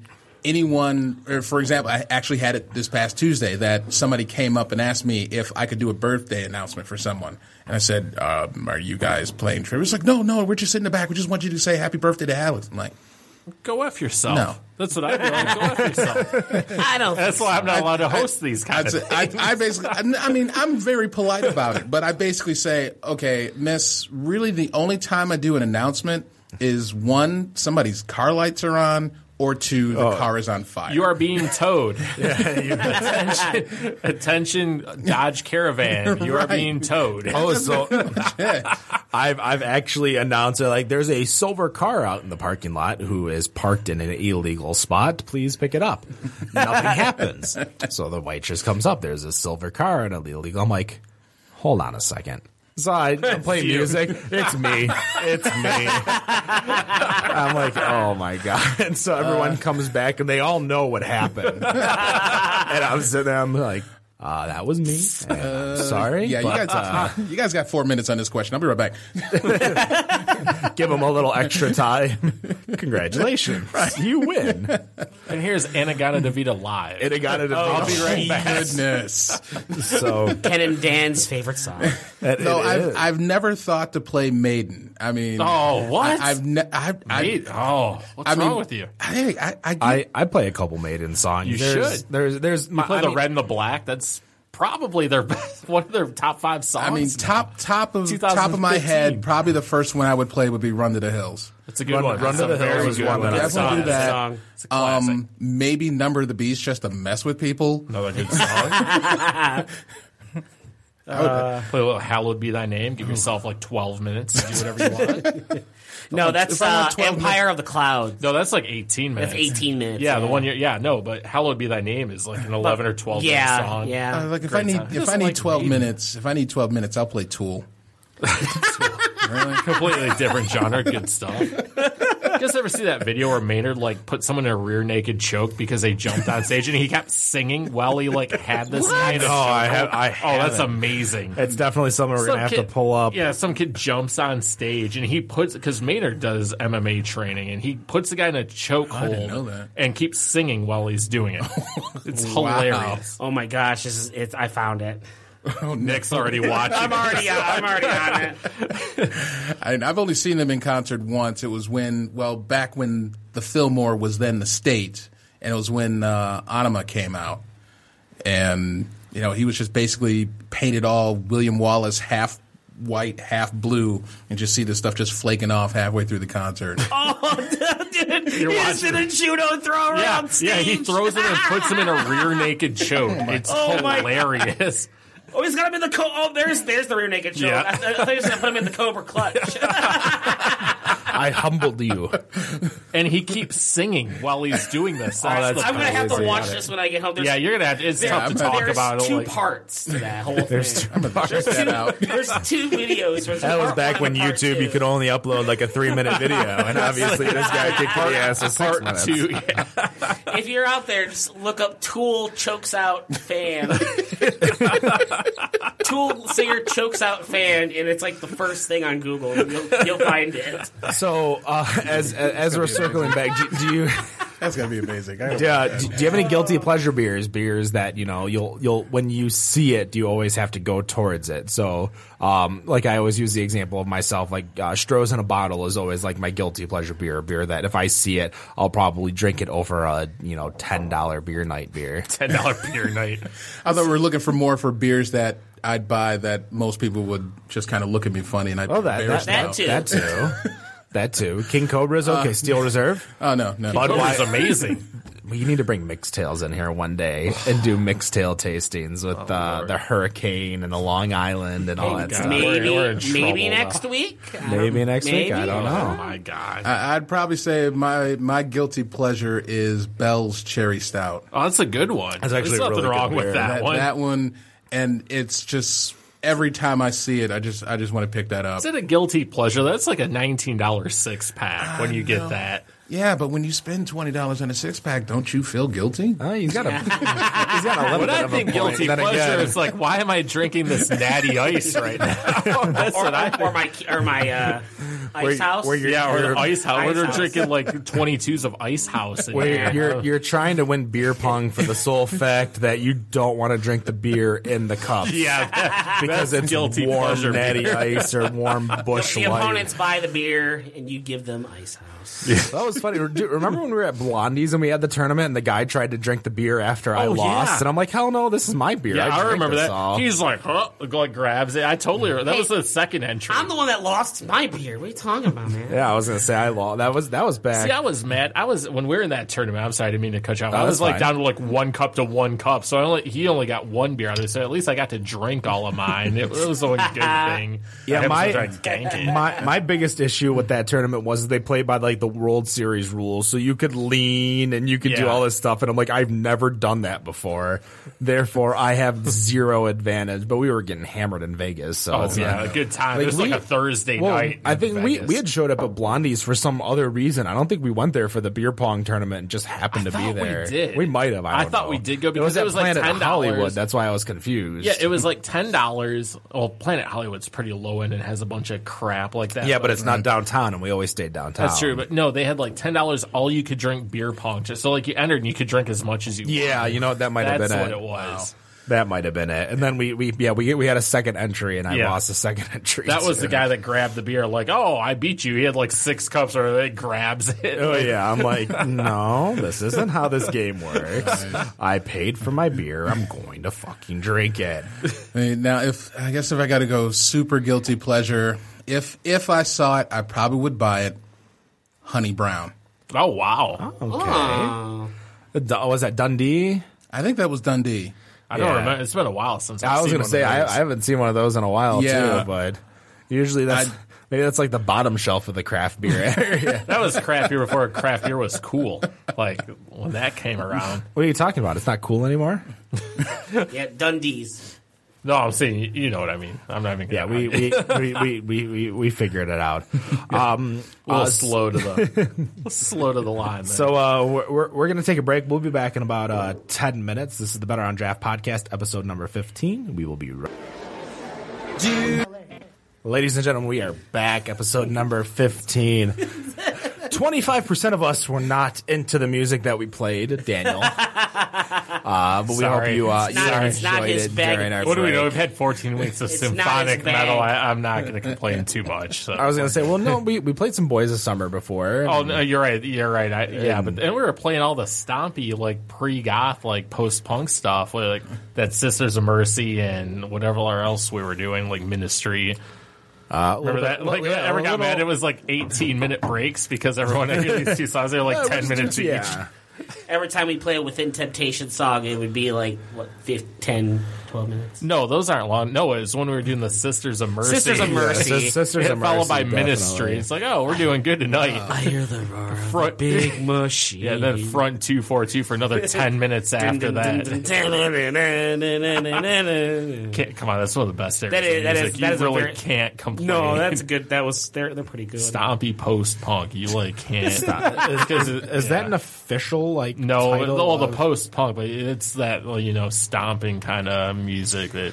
anyone, or for example, I actually had it this past Tuesday that somebody came up and asked me if I could do a birthday announcement for someone, and I said, um, "Are you guys playing trivia?" It's like, no, no, we're just sitting in the back. We just want you to say happy birthday to Alex. I'm like,
Go f yourself.
No.
That's what I do. Like, Go f yourself.
I don't.
That's why I'm not allowed to host these
I'd
kinds
say,
of
I, I basically, I I mean, I'm very polite about it, but I basically say, okay, miss, really the only time I do an announcement is one, somebody's car lights are on, or two, the car is on fire.
You are being towed. attention, attention, Dodge Caravan. You are
Right.
being towed.
Oh, so I've I've actually announced that like there's a silver car out in the parking lot who is parked in an illegal spot. Please pick it up. Nothing happens. So the waitress comes up. There's a silver car and a illegal. I'm like, hold on a second. So I, I'm playing
you.
music. It's me. It's me. I'm like, oh my god! And so everyone comes back and they all know what happened. and I'm sitting there. I'm like, uh, that was me. And I'm sorry.
yeah, you
but,
guys, you guys got four minutes on this question. I'll be right back.
Give them a little extra time. Congratulations, you win.
And here's Anagata DeVita live.
And it got it.
Oh, I'll be right back.
Goodness.
So
Ken and Dan's favorite song.
that
No,
it is.
I've, I've never thought to play Maiden. I mean,
Oh, what?
I, I've ne- I, I,
Hey, oh, what's
I mean,
wrong with you?
I, I, I, do-
I, I play a couple Maiden songs.
You
there's,
should.
There's there's my,
Play
I
the
mean,
red and the black. That's probably their best, one of their top five songs.
I mean, top top of top of my
2015.
head, probably the first one I would play would be "Run to the Hills."
it's a good
Run-
one.
Run
It's
to the
a
Hills
very
is
good
one that I
It's a
definitely do
classic
that.
song. It's a classic.
Um, maybe "Number of the Beast" just to mess with people.
Another good song. Uh, play a little "Hallowed Be Thy Name." Give yourself like twelve minutes. to Do whatever you want.
No, that's
if I
uh,
want 12
Empire of the Clouds.
No, that's like eighteen minutes.
That's 18 minutes.
Yeah, the one you're. Yeah, no, but "Hallowed Be Thy Name" is like an eleven or twelve minute
Yeah,
song.
Uh,
yeah.
like if I need
time.
if I
Just
need
like
twelve
Maiden.
minutes, if I need twelve minutes, I'll play Tool.
completely different genre. Good stuff. You guys ever see that video where Maynard like put someone in a rear naked choke because they jumped on stage and he kept singing while he like had this? What?
No, Oh, I have- I
oh, that's
haven't.
amazing.
it's definitely something we're gonna have to pull up.
Yeah, some kid jumps on stage and he puts because Maynard does MMA training and he puts the guy in a
didn't know
chokehold
that.
and keeps singing while he's doing it. It's
Wow.
hilarious.
Oh my gosh, this is it's. I found it.
Nick's already watching.
I'm already. on- I'm already on it.
And I've only seen them in concert once. It was when, well, back when the Fillmore was then the state, and it was when uh, Anima came out, and you know he was just basically painted all William Wallace half white, half blue, and just see this stuff just flaking off halfway through the concert.
Dude, he just
watching.
did a judo throw
Yeah,
around stage.
yeah, he throws him and puts him in a rear naked choke. It's
Oh my-
hilarious.
Oh, he's got him in the co. Oh, there's there's the rear naked choke.
Yeah. Oh,
I, I thought he was gonna put him in the cobra clutch.
I humbled you.
And he keeps singing while he's doing this. That's the
I'm gonna have to
crazy.
watch this when I get home. There's,
Yeah, you're gonna have. It's tough to
I'm-
talk
there's
about.
two
like-
parts to that whole thing.
I'm gonna check that out.
There's two videos. where it's
That was
part
back when
one and part
YouTube
two.
you could only upload like a three minute video, and obviously this guy kicked the ass of six minutes.
Two, yeah.
If you're out there, just look up Tool chokes out fan. Tool singer chokes out fan, and it's like the first thing on Google. You'll, you'll find it.
So uh, as as we're circling back, do, do you
That's gonna be amazing. I
yeah, do, do you have any guilty pleasure beers? Beers that you know you'll you'll when you see it, you always have to go towards it. So um, like I always use the example of myself, like uh, Stroh's in a bottle is always like my guilty pleasure beer, a beer that if I see it, I'll probably drink it over a you know ten dollar beer night beer.
ten dollar beer night.
I thought we were looking for more for beers that I'd buy that most people would just kind of look at me funny and I'd
Oh,
oh,
that that,
That too.
that too. That too. King Cobra's
Uh,
okay. Steel Reserve.
Oh no, no.
It
Budweiser.
was amazing.
We need to bring mixtails in here one day and do mixtail tastings with uh, the Hurricane and the Long Island and all that
God.
stuff.
Oh, Maybe,
we're in trouble
maybe
now.
next week. I don't-
Maybe next week. I
maybe.
don't
Oh
know.
my god.
I- I'd probably say my my guilty pleasure is Bell's Cherry Stout.
oh, that's a good one. That's
actually
There's
a
nothing
really good
wrong
beer.
with that,
That,
one.
that one, and it's just every time I see it, I just I just want to pick that up.
Is it a guilty pleasure? That's like a nineteen dollar six pack when you get that.
Yeah, but when you spend twenty dollars on a six pack, don't you feel guilty?
Oh, he's got a he's got a little
But
bit
I
of a
think
point.
guilty
Then
pleasure
again-
is like, why am I drinking this natty ice right now? That's
Or,
what I
or my or my uh, ice
Where-
house.
where you're-
Yeah, or ice house.
Ice
We're
house.
drinking like 22s of ice house. in
Where
there.
you're you're trying to win beer pong for the sole fact that you don't want to drink the beer in the cup
yeah, that-
because
that's
it's
guilty
warm
pleasure
natty ice or warm bush
the
light.
opponents buy the beer and you give them ice house.
That was funny. Dude, remember when we were at Blondie's and we had the tournament and the guy tried to drink the beer after I
Oh, yeah.
lost? And I'm like, hell no, this is my beer.
Yeah, I,
drank
remember
this
that.
all.
He's like, huh, like grabs it. I totally. That was the second entry.
I'm the one that lost my beer. What are you talking about, man?
yeah, I was gonna say I lost. That was that was back.
See, I was mad. I was when we were in that tournament. I'm sorry, I didn't mean to cut you off. I
Oh, that's
was like
fine.
down to like one cup to one cup, so I only he only got one beer out of it. So at least I got to drink all of mine. It, was only a good thing.
yeah,
I was
my,
trying to gank it.
my my biggest issue with that tournament was they played by like the World series rules, so you could lean and you could do
Yeah.
all this stuff. And I'm like, I've never done that before, therefore I have zero advantage. But we were getting hammered in Vegas, so
Oh,
it's
yeah,
not-
a good time.
Like,
it was
we-
like a Thursday
Well,
night.
I
in
think we,
Vegas.
we had showed up at Blondie's for some other reason. I don't think we went there for the beer pong tournament and just happened
I
to be
thought we
there.
did.
might have. I,
I
don't
thought
know.
we did go
it
because
was
it
at
was like
Planet
$10.
Hollywood. That's why I was confused.
Yeah, it was like ten dollars. Well, Planet Hollywood's pretty low end and has a bunch of crap like that.
yeah, but it's not downtown, and we always stayed downtown.
that's true. But no, they had like ten dollars all you could drink beer pong. Just so like you entered and you could drink as much as you.
yeah,
wanted.
you know that might have
that's
been
what
it.
it was.
That might have been it. And then we, we yeah we we had a second entry, and I
Yeah.
lost the second entry.
That was
too.
the guy that grabbed the beer. Like, oh, I beat you. He had like six cups, or they grabs it.
Oh yeah, I'm like, no, this isn't how this game works. I paid for my beer. I'm going to fucking drink it.
I mean, now, if I guess if I got to go super guilty pleasure, if if I saw it, I probably would buy it. Honey Brown.
Oh wow.
Okay. Du- Was that Dundee?
I think that was Dundee.
I don't
Yeah.
remember. It's been a while since I've
I was
seen
gonna
one of
say I,
those.
I haven't seen one of those in a while
Yeah.
too, but usually that's
I-
maybe that's like the bottom shelf of the craft beer area.
that was craft beer before craft beer was cool. Like when that came around.
what are you talking about? It's not cool anymore.
Yeah, Dundee's.
No, I'm saying you know what I mean. I'm not even.
Yeah, we we, we, we, we, we we figured it out. Um,
a little
uh,
slow to the slow to the line. there.
So uh, we're, we're, we're going to take a break. We'll be back in about uh, 10 minutes. This is the Better on Draft podcast, episode number 15. We will be right Ladies and gentlemen, we are back, episode number 15. 25% of us were not into the music that we played, Daniel. Uh, but we hope
Sorry.
you, uh,
It's
you
not- it's not
enjoyed
his
it
bag.
during our
what do we
break.
know? We've had 14 weeks of
It's not
symphonic
his bag.
metal. I, I'm not going to complain too much. So.
I was going to say, well, no, we, we played some Boys of Summer before.
Oh no, you're right. You're right. I, yeah, but and we were playing all the stompy, like pre-goth, like post-punk stuff, with, like that Sisters of Mercy and whatever else we were doing, like Ministry.
Uh,
Remember that? Like,
yeah,
ever
a
got mad?
little-
It was like 18 minute breaks because everyone had these two songs. They were like 10 minutes each.
Yeah.
Every time we play a Within Temptation song, it would be like, what, 15, 10, 12 minutes?
No, those aren't long. No, it was when we were doing the Sisters of Mercy.
Sisters of
Yeah,
Mercy.
Sis- Sisters
It
of
followed
Mercy,
by
definitely.
Ministry. It's like, oh, we're doing good tonight.
I hear the roar of
Front-
the big machine.
Yeah, then front 242 for another 10 minutes after that.
that.
Can't- come on, that's one of the best.
That is- that is-
you
that is a
really
very-
can't complain.
No, that's good. That was they're they're pretty good.
stompy post punk. You like can't
is, that an official like
No,
title
well, the
of-
post punk, but it's that well, you know stomping kind of music that.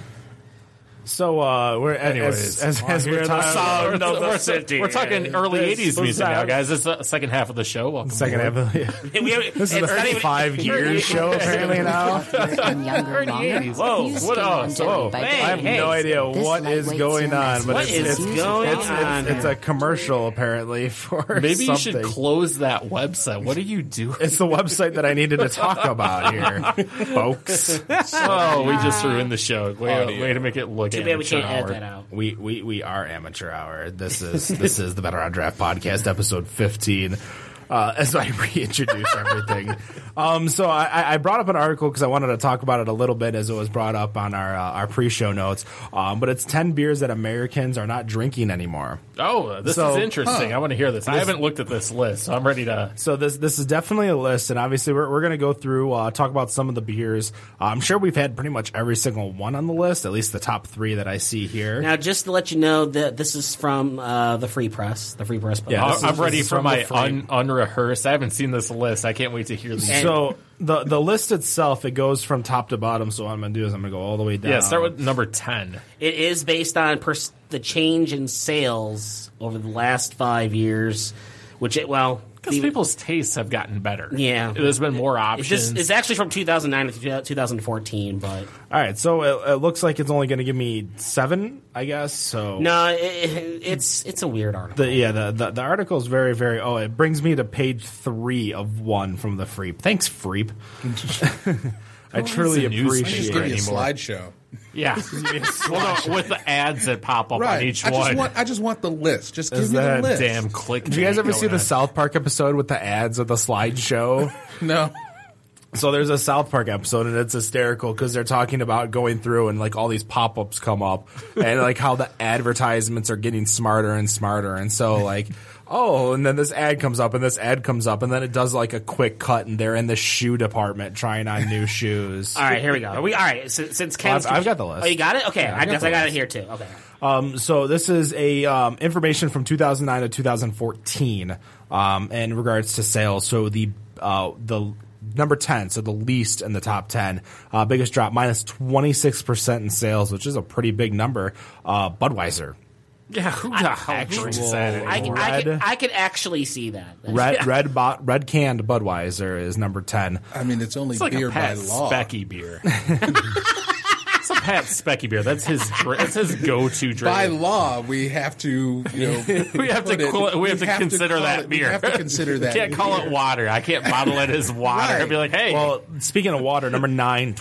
so uh we're
Anyways,
as, as, as we're talking
sound of the
we're,
city.
we're talking early
This
'80s music now,
sound-
guys. It's the second half of the show. Welcome
second
aboard.
half of the-
We have-
this is
it's
the
not even-
five years show apparently now
and younger longer.
Whoa,
Use
what
skin
up?
longevity
Whoa.
by
Hey,
Dove.
I have
hey.
no idea
This
what is
lightweight
going
serum
on
has
but
what
it's,
is
it's,
going
it's,
on
it's, it's a commercial apparently for
Maybe you should
something.
close that website. What are you doing?
it's the website that I needed to talk about here folks
oh, we just ruined the show. Way,
Oh,
Audio.
way to make it look.
Too bad we
amateur
can't add
hour.
that out.
We, we we are amateur hour. This is this is the Better on Draft podcast, episode fifteen. Uh, as I reintroduce everything, um, so I- I, I brought up an article because I wanted to talk about it a little bit as it was brought up on our uh, our pre show notes. Um, but it's ten beers that Americans are not drinking anymore.
Oh, this
So-
is interesting. I want to hear this. I haven't looked at this list, so I'm ready to.
So this this is definitely a list, and obviously we're we're gonna go through uh, talk about some of the beers. I'm sure we've had pretty much every single one on the list, at least the top three that I see here.
Now, just to let you know that this is from uh, the Free Press, the Free Press.
Yeah,
podcast.
this
I'm
is-
ready
this is
for
from the
my
frame.
un, unrehearsed. I haven't seen this list. I can't wait to hear these.
So the the list itself it goes from top to bottom. So what I'm gonna do is I'm gonna go all the way down.
yeah, start with number ten.
It is based on pers- the change in sales over the last five years, which it well,
Because
the-
people's tastes have gotten better.
Yeah.
there's been more
it's,
options.
just, it's actually from 2009 to 2014, but
All right, so it, it looks like it's only gonna give me seven, I guess. So
no, it, it's it's a weird article.
The, yeah, the, the the article is very very. Oh, it brings me to page three of one from the Freep. Thanks, Freep. I truly
a newspaper?
I just
appreciate
give you a
it.
slideshow.
yeah, well, no, with the ads that pop up on
Right.
each
I just
one.
want I just want the list. Just give
Is
me
that
the list.
Damn click.
Did you guys ever see the South Park episode with the ads of the slideshow?
No.
So there's a South Park episode and it's hysterical because they're talking about going through and like all these pop ups come up and like how the advertisements are getting smarter and smarter. And so like oh, and then this ad comes up, and this ad comes up, and then it does like a quick cut, and they're in the shoe department trying on new shoes.
All right, here we go. Are we all right? Since, since
Well, I've-
Ken's,
I've got the list.
Oh, you got it. Okay, I,
got
guess
the
I got it
list.
here too. Okay.
Um, so this is a um, information from 2009 to 2014 um, in regards to sales. So the uh, the number 10, so the least in the top 10, uh, biggest drop, minus 26 percent in sales, which is a pretty big number. Uh, Budweiser,
Yeah, who the hell
actual-
drinks that
I,
anymore?
I,
Red.
could, I could actually see that.
red red bo- red canned Budweiser is number 10.
I mean, it's only
It's like
beer
a Pat
by law.
Specky beer. it's a Pat Specky beer. That's his. dr- That's his go-to drink.
By law, we have to, you know,
we have
put
to
it-
call it, we have to
have
consider
call
that
it-
beer.
We have to consider that.
Can't call it
beer.
water. I can't bottle it as water.
Right.
I'd be like, hey,
Well, speaking of water, number 9,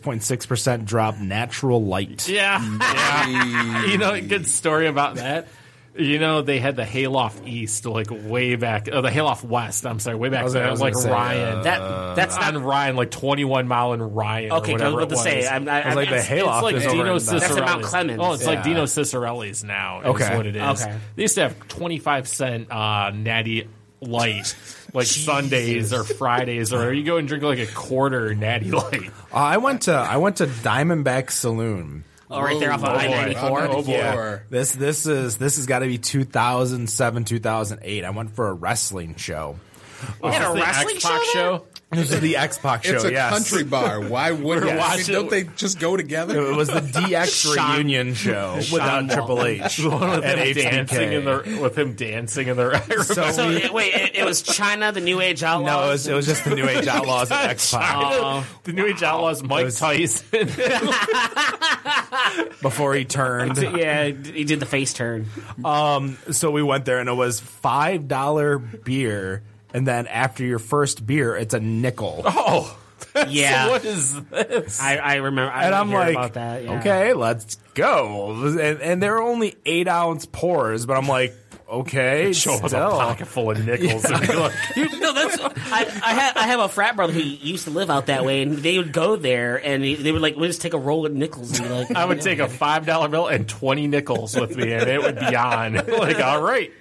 26.6% drop, Natural Light.
yeah, yeah. you know, a good story about that. You know, they had the Hayloft East, like way back, oh, the Hayloft West. I'm sorry, way back.
was-
then.
Oh, I
It
was
was, like
gonna say, uh,
Ryan.
That that's not
on Ryan, like 21 mile and Ryan.
okay.
or
'cause I was
whatever
about
it
to say.
was.
I'm, I,
was
I'm
like the
it's-
Hayloft
It's like
is over
Dino
in the-
Cicerelli's.
That's in Mount Clemens.
Oh, it's
Yeah.
like Dino Cicerelli's now. Okay.
Okay.
Is what it is.
Okay.
They used to have 25 cent uh, natty light, like Sundays or Fridays, or you go and drink like a quarter natty light.
Uh, I went to I went to Diamondback Saloon.
oh, right there off of
Oh, boy.
I ninety
I'm
four.
not-
Yeah.
Or-
This this is this has got to be 2007 2008. I went for a wrestling show.
They had a wrestling show.
Xbox
there?
show.
This is the Xbox show.
It's a
yes.
country bar. Why wouldn't
We're
I mean,
watching-
Don't they just go together?
It was the DX reunion show without Triple H
With
and
him dancing in
HBK.
the with him dancing in the
So
So
we-
it, wait, it, it was China, the New Age outlaws.
no, it was, it was just the New Age Outlaws and X Pac
the New Age Outlaws, Mike
was-
Tyson.
before he turned.
yeah, he did the face turn.
So we went there and it was five dollar beer, and then after your first beer, it's a nickel.
oh,
Yeah.
what is this?
I, I remember. I
and I'm
remember
like,
about that. yeah.
okay, let's go. And, and they're only eight ounce pours, but I'm like, okay,
Show
still.
up a pocket full of nickels and be like,
no, that's I, I have I have a frat brother who used to live out that way, and they would go there, and he- they would like we just take a roll of nickels and be like,
I would take a five dollar bill and twenty nickels with me, and it would be on. like, all right,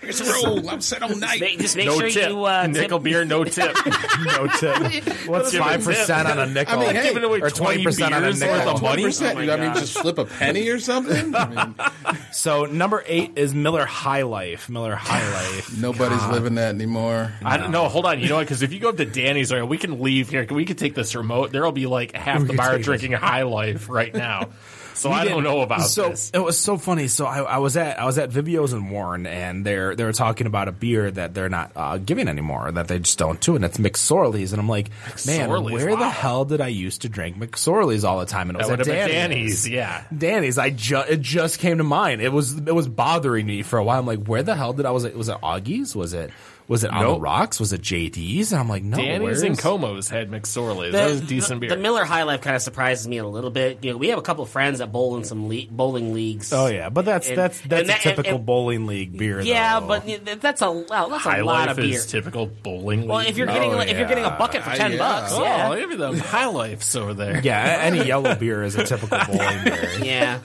It's a roll. I'm set all night.
Make- just make
no
sure
tip,
you uh, tip-
nickel beer, no tip.
no tip. What's
give a
five percent on a nickel?
I mean, hey,
Giving away
or
20
20% on a
beers
nickel.
worth of money. Oh,
20%, dude, I mean, just flip a penny or something. I mean,
So number eight is Miller High Life. Miller High Life.
nobody's living that anymore.
I don't know. Hold on. You know what? Because if you go up to Danny's, right, we can leave here. We could take this remote. There'll be like half the
could
bar
take
drinking High Life right now. So I
We
don't
did-
know about
so
this.
it was so funny. So I, I was at I was at Vivio's in Warren, and they're they were talking about a beer that they're not uh, giving anymore, that they just don't do, and it's McSorley's. And I'm like, man,
McSorley's,
where the
wow.
hell did I used to drink McSorley's all the time? And it
That
was at
would have been
Danny's. Oh,
Danny's. Yeah.
Danny's. I ju- it just came to mind. It was it was bothering me for a while. I'm like, where the hell did I was it was it Augie's? Was it was it on the
Nope.
rocks? Was it JD's? And I'm like, no,
Danny's
where's-
and Como's had McSorley's. that was decent
the,
beer.
The Miller High Life kind of surprises me a little bit. You know, we have a couple of friends that bowl in some le- bowling leagues.
Oh yeah, but that's
And-
that's
and
that's
that-
a typical
and- and-
bowling league beer.
yeah,
though.
but th- that's a well, that's
High
a lot
Life
of beer.
is typical bowling.
well,
league
if you're
beer.
getting
Oh,
like, if you're getting a
yeah.
bucket for
I-
ten
yeah.
bucks,
oh,
yeah,
look at them High Life's over there.
yeah, a- any yellow beer is a typical bowling beer.
Yeah.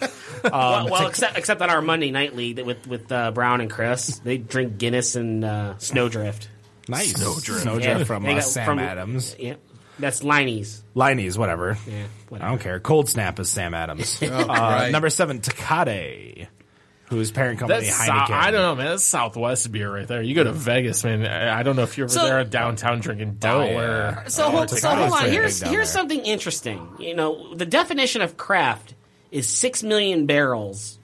Um, well, well, except except on our Monday night league that with with uh, Brown and Chris, they drink Guinness and uh, Snowdrift.
Nice snowdrift,
Yeah.
from
They
uh,
got-
Sam
from-
Adams,
Yeah, that's Liney's.
Liney's, whatever.
Yeah,
I
whatever.
don't care. Cold Snap is Sam Adams.
Oh,
uh,
right.
number seven, Takate, whose parent company
That's
uh,
Sou-
Heineken.
I don't know, man. That's Southwest beer right there. You go to Vegas, man. I I don't know if you're ever
So-
there downtown drinking dollar.
Oh, yeah.
So, hold, so
Tecate
hold
is
on.
pretty
Here's
big down
here's
there.
something interesting. You know, the definition of craft is six million barrels.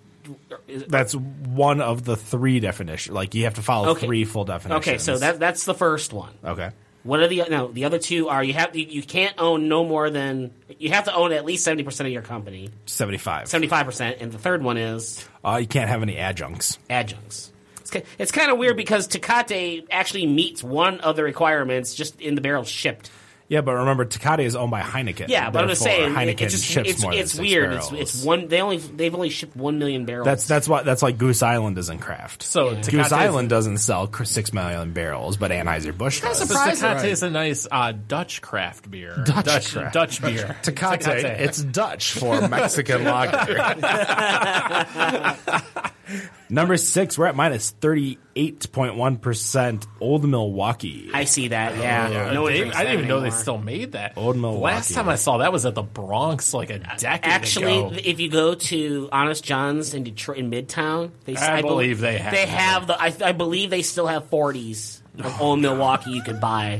That's one of the three definitions. Like you have to follow
Okay.
three full definitions.
Okay, so that that's the first one.
okay.
What are the no? The other two are you have you- you can't own no more than you have to own at least seventy percent of your company,
Seventy five.
seventy five percent, and the third one is
Uh, you can't have any adjuncts.
adjuncts. It's, ki- it's kind of weird because Tecate actually meets one of the requirements just in the barrel shipped.
Yeah, but remember, Takate is owned by Heineken.
Yeah, but I'm just
Therefore,
saying,
Heineken
it- it just,
ships
it's,
more
it's
than six
weird. It's,
barrels.
it's one. They only they've only shipped one million barrels.
That's that's why that's like Goose Island isn't craft.
So
Goose
Tecate's-
Island doesn't sell cr- six million barrels, but Anheuser Busch
Kind of
does.
surprised that tastes a nice uh, Dutch craft beer. Dutch Dutch,
craft.
beer.
Tecate,
Tecate.
it's Dutch for Mexican lager. Number six, we're at minus 38.1%, Old Milwaukee.
I see that. Yeah,
Uh,
one
they-
drinks
I didn't
that
even know they
anymore.
still made that.
Old
The Last
Milwaukee.
time I saw that was at the Bronx like a decade
Actually,
ago.
th- if you go to Honest John's in Detroit in Midtown, they s-
I
bel-
believe they have
They
it.
have the. I, I believe they still have forties of old
Oh,
Milwaukee. You could buy.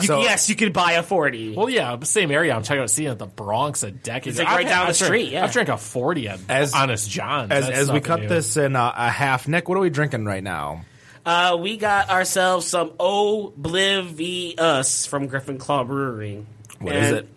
You,
So-
yes, you could buy a forty.
well, yeah, but same area. I'm talking about seeing at the Bronx a decade.
It's
ago.
like right
I've had-
down the
I've drank-
street, yeah.
I've drank a forty at
As-
Honest John's.
As,
That's
as we
nothing
cut
new.
this in uh, a half, Nick, what are we drinking right now?
Uh, we got ourselves some Oblivious from Griffin Claw Brewery.
What is
it?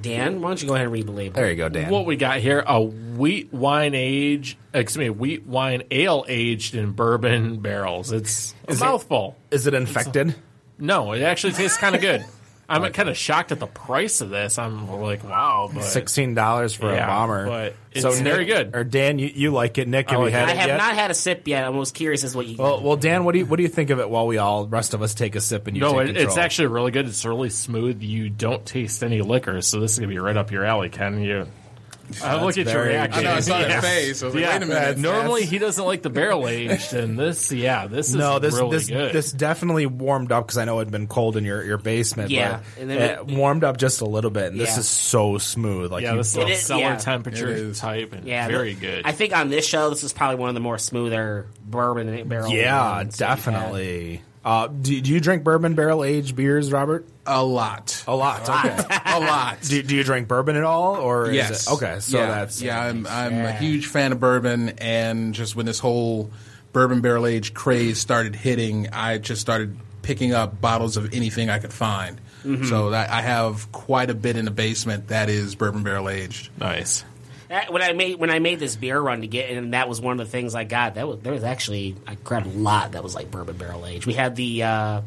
Dan, why don't you go ahead and read the label?
There you go, Dan.
What we got here? A wheat wine age. Excuse me, wheat wine ale aged in bourbon barrels. It's a mouthful.
Is it infected?
No, it actually tastes kind of good. I'm kind of shocked at the price of this. I'm like, wow, but
$16 for
Yeah,
a bomber.
but it's very
Nick-
good. Oh,
Or Dan, you, you like it. Nick, have
I
you
like
had
it.
I
it
have
yet?
not had a sip yet. I'm most curious as what you.
Well, well, Dan, what do you what do you think of it? While we all rest of us take a sip and you
no,
take
it,
control?
it's actually really good. It's really smooth. You don't taste any liquor, so this is gonna be right up your alley, Ken. You, I look at your
very-
I
reaction.
know, I saw
Yeah.
his face. I was like,
Yeah.
wait a minute.
Normally he doesn't like the barrel aged, and this, yeah, this is
no. This
really
this
good.
this definitely warmed up because I know it had been cold in your, your basement.
Yeah,
but
and then
it,
it-
warmed up just a little bit, and this
Yeah.
is so smooth. Like
yeah,
you-
this is a
is-
cellar
yeah.
It
temperature
is.
type, and
Yeah,
very
the-
good.
I think on this show, this is probably one of the more smoother bourbon barrel.
yeah,
ones that we've had.
definitely. Uh, do, do you drink bourbon barrel aged beers, Robert?
A lot.
A lot. Okay.
A lot.
do, do you drink bourbon at all, or is
Yes.
it okay? So
yeah.
that's
yeah. I'm I'm a huge fan of bourbon, and just when this whole bourbon barrel age craze started hitting, I just started picking up bottles of anything I could find.
Mm-hmm.
So that, I have quite a bit in the basement that is bourbon barrel aged.
nice.
That- Uh, when I made when I made this beer run to get, and that was one of the things I got. That was there was actually I grabbed a lot that was like bourbon barrel age. We had the uh,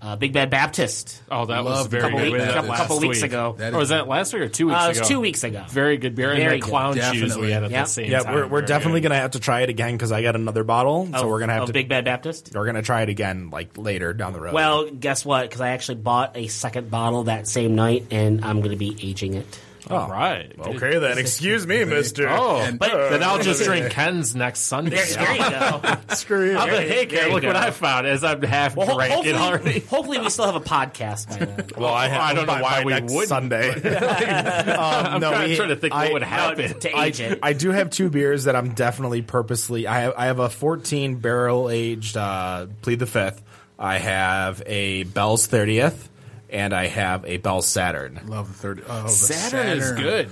uh, Big Bad Baptist
Oh, that was
Loved
very
couple
good.
week-
We had that
couple-
last
couple weeks
week.
ago.
That
or
is-
was that last week or two weeks
Uh,
ago?
it was two weeks ago.
Very good beer.
Very
and the
good.
clown shoes we
Definitely.
had at
Yeah.
the same
yeah.
time.
We're, we're
Very
definitely
good.
gonna have to try it again because I got another bottle, so
Oh,
Of-
we're gonna have
of
to
Oh, Big Bad Baptist.
we're gonna try it again like later down the road.
Well, guess what? Because I actually bought a second bottle that same night, and I'm going to be aging it.
All
Oh.
right.
Okay then, excuse me, Mister.
Oh,
But-
then I'll just drink Ken's next Sunday.
There, there you go.
screw
I'll be like, hey,
There
Ken,
you
look
go.
what I found as I'm half
Well, ho-
drank it
hopefully,
already.
hopefully, we still have a podcast by then.
Well, I,
I don't know why we wouldn't,
Sunday. um, no,
I'm
we-
trying to think
I,
what would happen.
to
I,
age it.
I do have two beers that I'm definitely purposely. I have, I have a 14 barrel aged uh, Plead the Fifth. I have a Bell's 30th, and I have a Bell's Saturn.
Love the third. Oh, the
Saturn is good.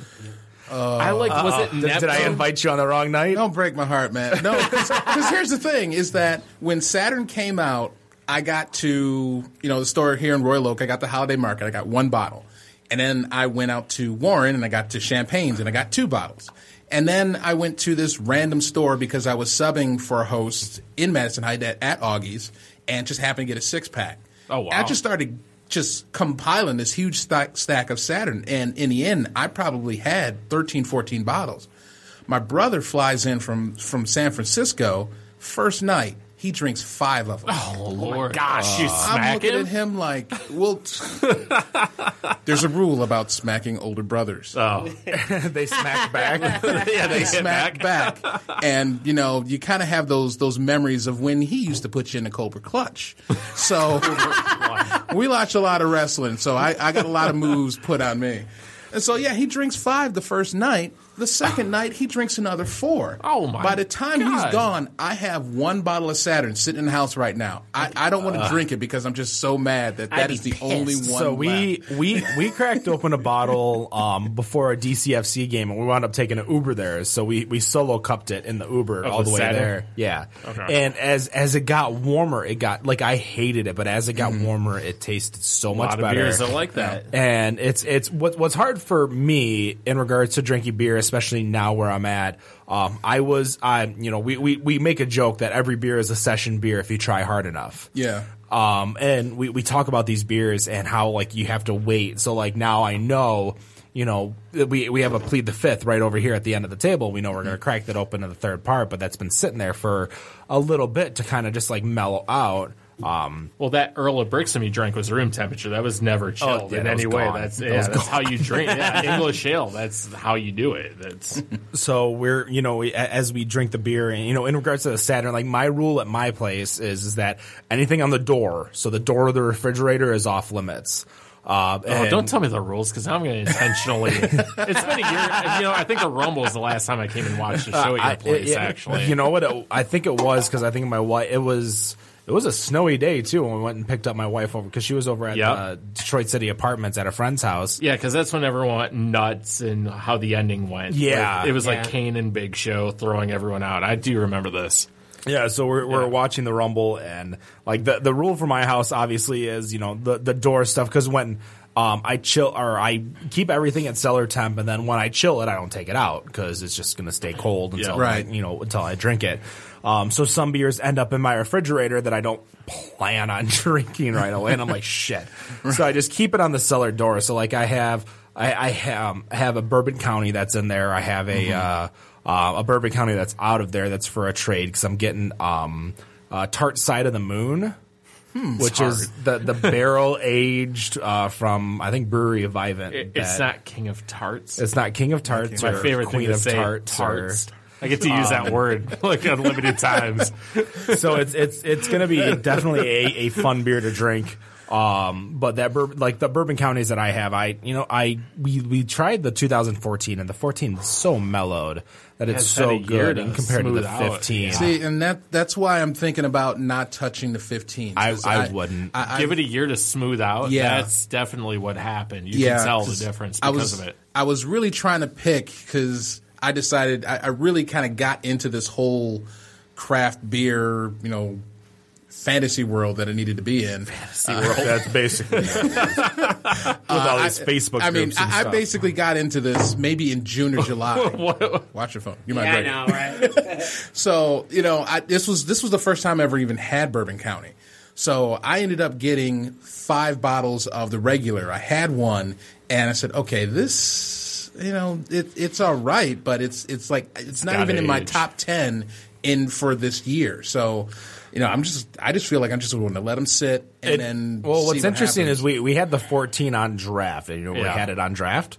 I like. Was it?
Did, did I
Neptune?
invite you on the wrong night?
Don't break my heart, man. No, because here's the thing: is that when Saturn came out, I got to you know the store here in Royal Oak. I got the holiday market. I got one bottle, and then I went out to Warren and I got to Champagne's and I got two bottles. And then I went to this random store because I was subbing for a host in Madison Heights at, at Augie's and just happened to get a six pack.
Oh, wow.
I just started just compiling this huge stack, stack of Saturn. And in the end, I probably had 13, 14 bottles. My brother flies in from, from San Francisco. First night, he drinks five of them.
Oh Lord,
gosh,
you
I'm
smack
looking
him.
at him like, well, there's a rule about smacking older brothers.
Oh,
they smack back.
yeah, they hit
smack
back.
back. and you know you kind of have those those memories of when he used to put you in the cobra clutch. So we watch a lot of wrestling, so I, I got a lot of moves put on me. And so yeah, he drinks five the first night. The second night he drinks another four.
Oh, my
By the time
God.
he's gone, I have one bottle of Saturn sitting in the house right now. I, I don't want to drink it because I'm just so mad that
I'd
that
be
is the
pissed.
only one.
So we
left.
we we cracked open a bottle um, before a DCFC game, and we wound up taking an Uber there. So we we solo cupped it in the Uber all
the
the way
Saturn?
there. Yeah.
Okay.
And as as it got warmer, it got like I hated it, but as it got warmer, it tasted so
Mm-hmm. A
much
lot of
better.
beers that like that.
And it's it's what, what's hard for me in regards to drinking beer, especially now where I'm at. Um, I was I you know we, we we make a joke that every beer is a session beer if you try hard enough.
yeah.
Um, and we, we talk about these beers and how like you have to wait. So like now I know, you know, that we we have a plead the fifth right over here at the end of the table. We know we're gonna crack that open in the third part, but that's been sitting there for a little bit to kind of just like mellow out. Um,
Well, that Earl of Brixham you drank was room temperature. That was never chilled
yeah,
in
that was
any way.
gone.
That's,
That
yeah,
was
that's how you drink yeah, English ale. That's how you do it. That's
so we're you know we- a- as we drink the beer and you know in regards to the Saturn, like my rule at my place is is that anything on the door, so the door of the refrigerator is off limits. Uh,
Oh, don't tell me the rules because I'm going to intentionally. it's been a year. You know, I think the Rumble is the last time I came and watched the show at your
I-
place.
it- it-
Oh, actually,
you know what? It, I think it was because I think my wife. It was it was a snowy day too when we went and picked up my wife over because she was over at
Yep.
uh, Detroit City Apartments at a friend's house.
yeah, because that's when everyone went nuts and how the ending went.
Yeah.
Like, it was like
Yeah.
Kane and Big Show throwing everyone out. I do remember this.
Yeah, so we're we're watching the Rumble and like the the rule for my house obviously is you know the the door stuff because when. Um, I chill or I keep everything at cellar temp, and then when I chill it, I don't take it out because it's just gonna stay cold until
Right.
I, you know until I drink it. Um, so some beers end up in my refrigerator that I don't plan on drinking right away, and I'm like shit. So I just keep it on the cellar door. So like I have I, I have, um, have a Bourbon County that's in there. I have a uh,
Mm-hmm.
uh, a Bourbon County that's out of there that's for a trade because I'm getting um, uh, Tart Side of the Moon.
Hmm.
Which is the, the barrel aged uh, from I think Brewery of Vivant.
It- it's
that-
not King of Tarts.
It's not King of Tarts.
my
or
favorite
Queen
thing to
of
say.
Tarts. or-
I get to use that word like unlimited times.
so it's it's it's going to be definitely a, a fun beer to drink. Um, but that bourbon, like the bourbon counties that I have, I you know I we we tried the 2014 and the 14 is so mellowed that it's
Has had a
so
year
good
to
and compared to the
smooth out.
15.
See, and that that's why I'm thinking about not touching the 15.
I,
'cause
I wouldn't.
I-
Give it a year to smooth out.
Yeah.
That's definitely what happened. You can tell the
'cause
difference
I
because
was,
of it.
I was really trying to pick because I decided I, I really kind of got into this whole craft beer, you know, fantasy world that I needed to be in.
that's basically with all these Facebook.
Uh, I mean, I, I basically got into this maybe in June or July. Watch your phone. You might
Yeah, I
break it.
know, right?
So you know, I, this was this was the first time I ever even had Bourbon County. So I ended up getting five bottles of the regular. I had one, and I said, okay, this you know it, it's all right, but it's it's like it's, not
gotta
even in my
age.
top ten in for this year. So. You know, I'm just. I just feel like I'm just going to let them sit, and then.
well, what's
see what
interesting
happens.
is we we had the 14 on draft, and you know we
Yeah.
had it on draft.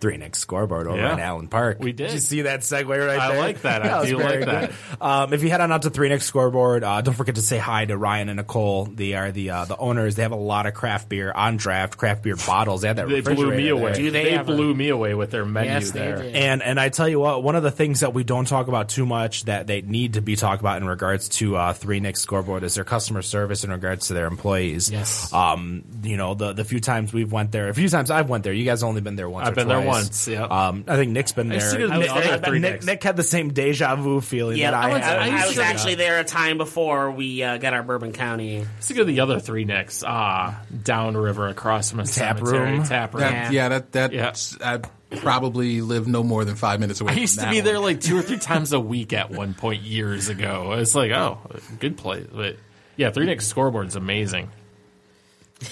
Three next scoreboard over
Yeah.
at Allen Park.
We did.
you see that segue right
I
there?
like that. I
was
do
very
like that.
good. Um, if you head on out to Three Next Scoreboard, uh, don't forget to say hi to Ryan and Nicole. They are the uh, the owners. They have a lot of craft beer on draft, craft beer bottles. They had that.
They blew
refrigerator
me
there.
away.
Do they
they
ever?
blew me away with their menu
Yes, they
there.
did.
And and I tell you what, one of the things that we don't talk about too much that they need to be talked about in regards to uh, Three Next Scoreboard is their customer service in regards to their employees.
Yes.
Um, you know the the few times we've went there, a few times I've went there. You guys only been there once.
I've
or
been there
twice.
once, yeah.
Um, I think Nick's been there.
seen it in the
Nick-
other
Nick-
Three
Nick,
Necks.
Nick had the same deja vu feeling
Yeah,
that
I,
I,
was,
had.
I
I
was
said-
actually there a time before we uh, got our Bourbon County.
Let's go to the other three next. Ah, downriver across from a
Tap
cemetery.
room.
Tap room.
That, yeah. that that
Yeah.
I probably live no more than five minutes away.
I
from
used to
that
be there
one.
like two or three times a week at one point years ago. It's like, oh, good place. But yeah, three next scoreboard's amazing.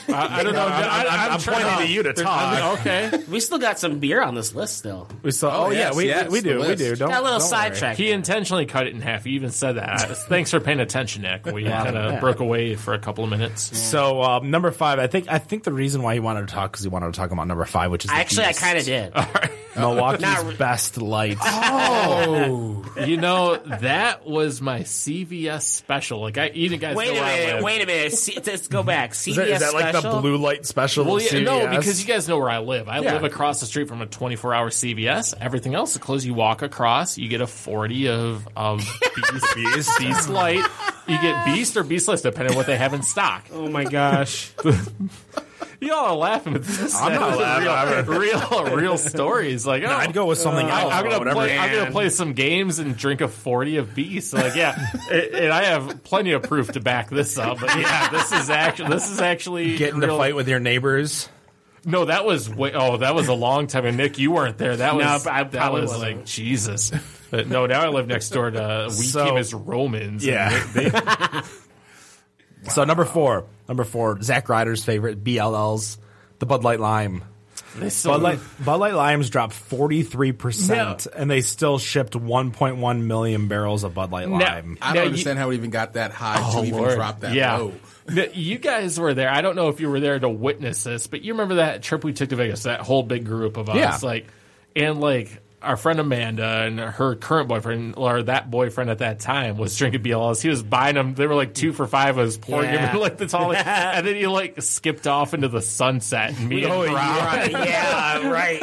I, I don't know. I'm,
I'm pointing to you to talk.
Okay.
We still got some beer on this list, still.
We saw. Oh, yeah,
yes,
we,
yes,
we
the
do. We
list.
do. Don't,
Got a little
don't worry.
sidetrack.
He intentionally cut it in half. He even said that. Thanks for paying attention, Nick. We kind of broke away for a couple of minutes.
So um, number five, I think I think the reason why he wanted to talk because he wanted to talk about number five, which is the
Actually, I
Beast.
kind of did.
Milwaukee's
Not-
best light.
Oh, You know, that was my CVS special. Like, I, you guys
wait a
know where I
minute.
live.
Wait a minute. See, let's go back. CBS
Is that, is that like the
special?
blue light special?
Well,
at
yeah, no,
CVS?
because you guys know where I live. I
Yeah.
live across the street from a 24 hour CVS. Everything else is closed. You walk across, you get a 40 of, of Beast, Beast, Beast Light. You get Beast or Beast List, depending on what they have in stock.
Oh my gosh.
You all are laughing at this.
I'm not laughing.
Real, real, real stories. Like, oh,
I'd go with something else.
I, am
or
gonna
whatever.
play. I'm gonna play some games and drink a forty of beast. Like, yeah, and- and I have plenty of proof to back this up. But yeah, this is actually this is actually
Get into
real-
fight with your neighbors.
No, that was way, oh, that was a long time. And Nick, you weren't there. That was
No, I
that
probably
was
wasn't.
like Jesus. But no, now I live next door to we
So-
came as Romans. and
Yeah.
they- they-
So number four, number four, Zach Ryder's favorite BLLs, the Bud Light Lime. Bud Light, Bud Light Lime's dropped 43%,
No.
and they still shipped 1.1 million barrels of Bud Light
No.
Lime.
I
Now
don't
you-
understand how it even got that high to even drop that
Oh, yeah.
low.
The- you guys were there. I don't know if you were there to witness this, but you remember that trip we took to Vegas, that whole big group of us.
Yeah.
Like and like our friend Amanda and her current boyfriend, or that boyfriend at that time, was drinking BLS. He was buying them. They were like two for five. I was pouring
Yeah.
him in like the tall. and then he like skipped off into the sunset. And me and Rob,
Right, Oh, yeah, right.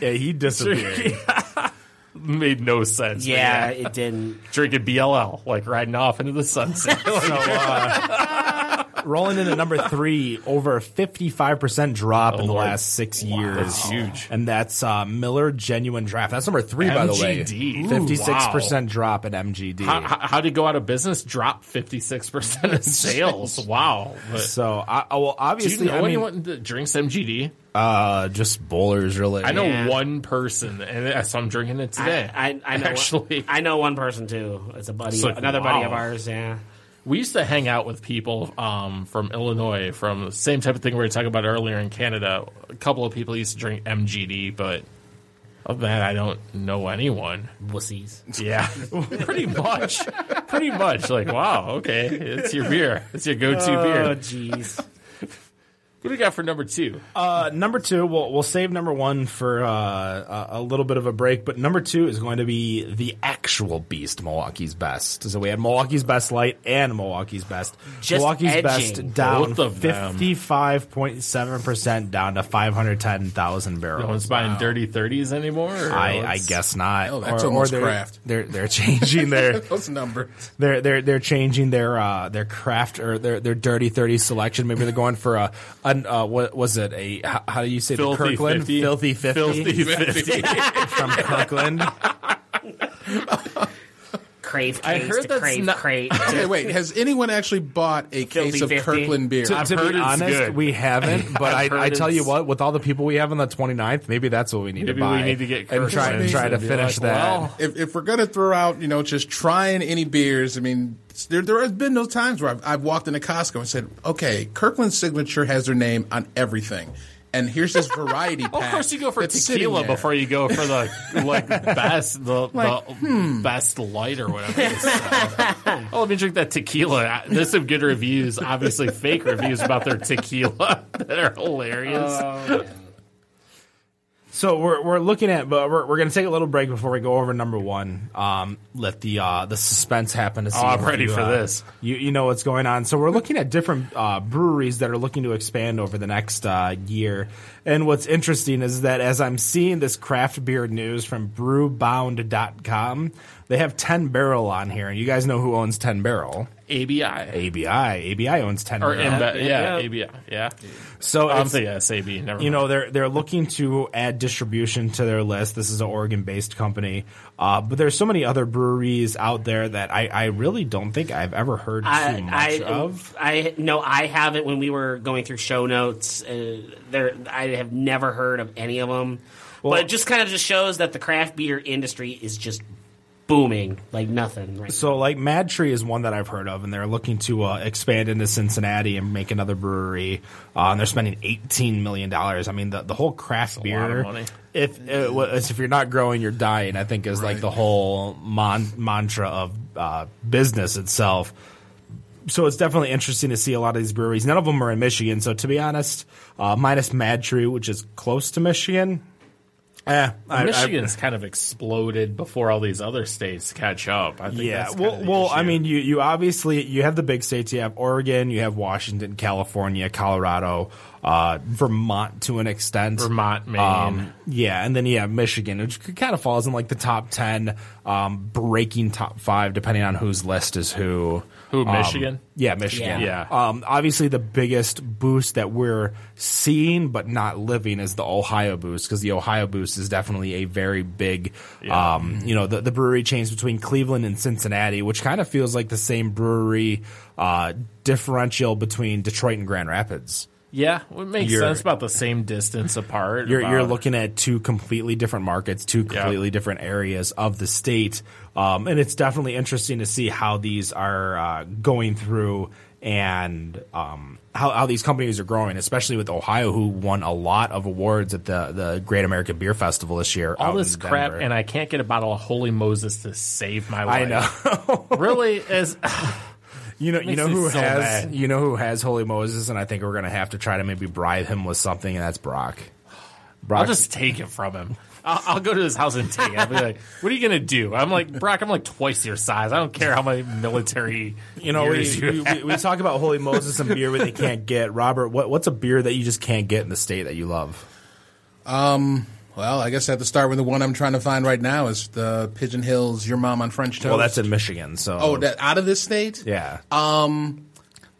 Yeah, he disappeared.
made no sense. but
Yeah, it didn't.
Drinking BLL, like riding off into the sunset.
so, uh, rolling into number three, over a 55% drop in the
Oh, Lord.
last six years.
That's huge.
And that's uh, Miller Genuine Draft. That's number three, by the way.
MGD. Ooh,
56% drop in MGD.
how, how, how did it go out of business? Drop fifty six percent of sales. Wow. But
so, I, I well,
do you
obviously,
know
I mean,
anyone that drinks MGD?
uh, just bowlers, really.
I know
Yeah.
one person, and so I'm drinking it today.
I, I, I know
actually,
I know one person too. It's a buddy,
It's like,
another buddy of
wow.
ours. Yeah,
we used to hang out with people um, from Illinois, from the same type of thing we were talking about earlier in Canada. A couple of people used to drink MGD, but of that, I don't know anyone.
wussies.
Yeah, pretty much, pretty much. Like, wow, okay, it's your beer, it's your go
Uh,
to
Oh,
beer.
jeez.
What do we got for number two?
Uh, number two, we'll, we'll save number one for uh, a, a little bit of a break, but number two is going to be the actual beast, Milwaukee's best. So we had Milwaukee's best light and Milwaukee's best.
Just
Milwaukee's
edging
best down
both of them.
fifty five point seven percent down to five hundred ten thousand barrels.
No one's buying dirty thirties anymore. or
I, I
what's-
guess not.
Oh, that's almost
they're,
craft.
They're they're changing their
Those numbers.
they're they're they're changing their uh, their craft or their their dirty thirty selection. Maybe they're going for a an, uh, what was it a how, how do you say the
Filthy
Kirkland
50.
filthy fifty
Filthy 50.
from Kirkland.
Crave
I
case
heard
to
that's
crave
not-
crate.
Okay, wait. Has anyone actually bought a case of
50.
Kirkland beer?
to
I've
to
heard
be
it's
honest,
good.
we haven't. But
I've
I, I
heard
tell you
it's-
what, with all the people we have on the 29th, maybe that's what we need
Maybe
to buy.
we need to get
and try and
Kirkland's
try to
and be
finish
like,
that.
well,
if, if we're gonna throw out, you know, just trying any beers, I mean, there there has been those times where I've, I've walked into Costco and said, "Okay, Kirkland Signature has their name on everything," and here's this variety. pack
Well, of course, you go for
that's sitting
tequila
there.
before you go for the like best the, the best light or whatever. it is. oh, let me drink that tequila. I- There's some good reviews, obviously fake reviews about their tequila that are hilarious.
So we're we're looking at, but we're, we're going to take a little break before we go over number one. Um, let the uh, the suspense happen to see.
Oh, I'm
if
ready
you,
for
uh,
this.
You you know what's going on. So we're looking at different uh, breweries that are looking to expand over the next uh, year. And what's interesting is that as I'm seeing this craft beer news from BrewBound.com, they have Ten Barrel on here, and you guys know who owns Ten Barrel?
ABI
ABI. ABI owns Ten
or
Barrel.
Imbe-
yeah.
yeah, ABI, yeah.
so
I'm
it's-
thinking yes, AB. Never
you
mind.
know they're they're looking to add distribution to their list. This is an Oregon based company, uh, but there's so many other breweries out there that I, I really don't think I've ever heard too much
I, I,
of.
I no, I haven't. When we were going through show notes, uh, there I have never heard of any of them. but it just kind of just shows that the craft beer industry is just booming like nothing. Right
So like Mad Tree is one that I've heard of, and they're looking to uh, expand into Cincinnati and make another brewery. Uh, and they're spending 18 million dollars. I mean the the whole craft beer.
lot of money.
If it was, if you're not growing, you're dying. I think is like the whole mon- mantra of uh, business itself. so it's definitely interesting to see a lot of these breweries. None of them are in Michigan, so to be honest, uh, minus Mad Tree, which is close to Michigan. Eh, I- I-
Michigan's kind of exploded before all these other states catch up. I think
yeah,
that's kind
well,
of the
well, I
issue.
mean, you you obviously you have the big states. You have Oregon, you have Washington, California, Colorado, uh, Vermont to an extent.
Vermont, Maine.
Um, yeah, and then you have Michigan, which kind of falls in like the top ten, um, breaking top five depending on whose list is who.
Who,
Um,
Michigan?
yeah, Michigan.
Yeah. Yeah.
Um, obviously, the biggest boost that we're seeing but not living is the Ohio boost because the Ohio boost is definitely a very big, um, you know, the, the brewery chains between Cleveland and Cincinnati, which kind of feels like the same brewery uh, differential between Detroit and Grand Rapids.
yeah, well, it makes
You're-
sense about the same distance apart.
You're, you're
about-
looking at two completely different markets, two completely different areas of the state, um, and it's definitely interesting to see how these are uh, going through and um, how, how these companies are growing, especially with Ohio, who won a lot of awards at the, the Great American Beer Festival this year.
all
out
this
in
crap,
Denver.
and I can't get a bottle of Holy Moses to save my
I
life.
know.
really is
You know, you
Makes
know
me
who
so
has
mad.
you know who has Holy Moses, and I think we're gonna have to try to maybe bribe him with something, and that's Brock. Brock,
I'll just take it from him. I'll, I'll go to his house and take it. I'll be like, "What are you gonna do?" I'm like, "Brock, I'm like twice your size. I don't care how many military
you know, we,
years you
we, we, we talk about Holy Moses and beer they can't get. Robert, what, what's a beer that you just can't get in the state that you love?
Well, I guess I have to start with the one I'm trying to find right now is the Pigeon Hills Your Mom on French Toast.
Well, that's in Michigan, so
oh, that out of this state.
yeah. Um,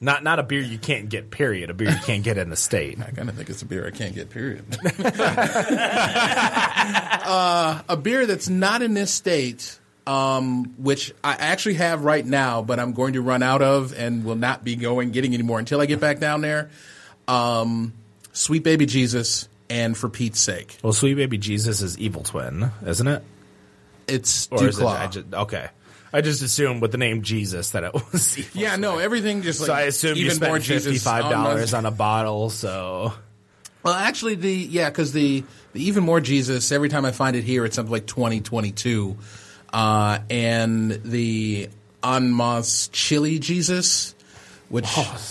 not not a beer you can't get. Period. A beer you can't get in the state.
I kind of think it's a beer I can't get. Period. uh, a beer that's not in this state, um, which I actually have right now, but I'm going to run out of and will not be going getting any more until I get back down there. Um, Sweet Baby Jesus, and for Pete's sake,
Well, Sweet Baby Jesus is Evil Twin, isn't it?
it's
Or is it? I
Duclaw.
just, okay, I just assumed with the name Jesus that it was. Evil
yeah, no, everything just like
So I assume you
even more
spent
Jesus on
fifty five dollars
my-
on a bottle. So
Well, actually, the yeah, because the, the even more Jesus. Every time I find it here, it's something like twenty twenty two, uh, and the Anmas Chili Jesus, which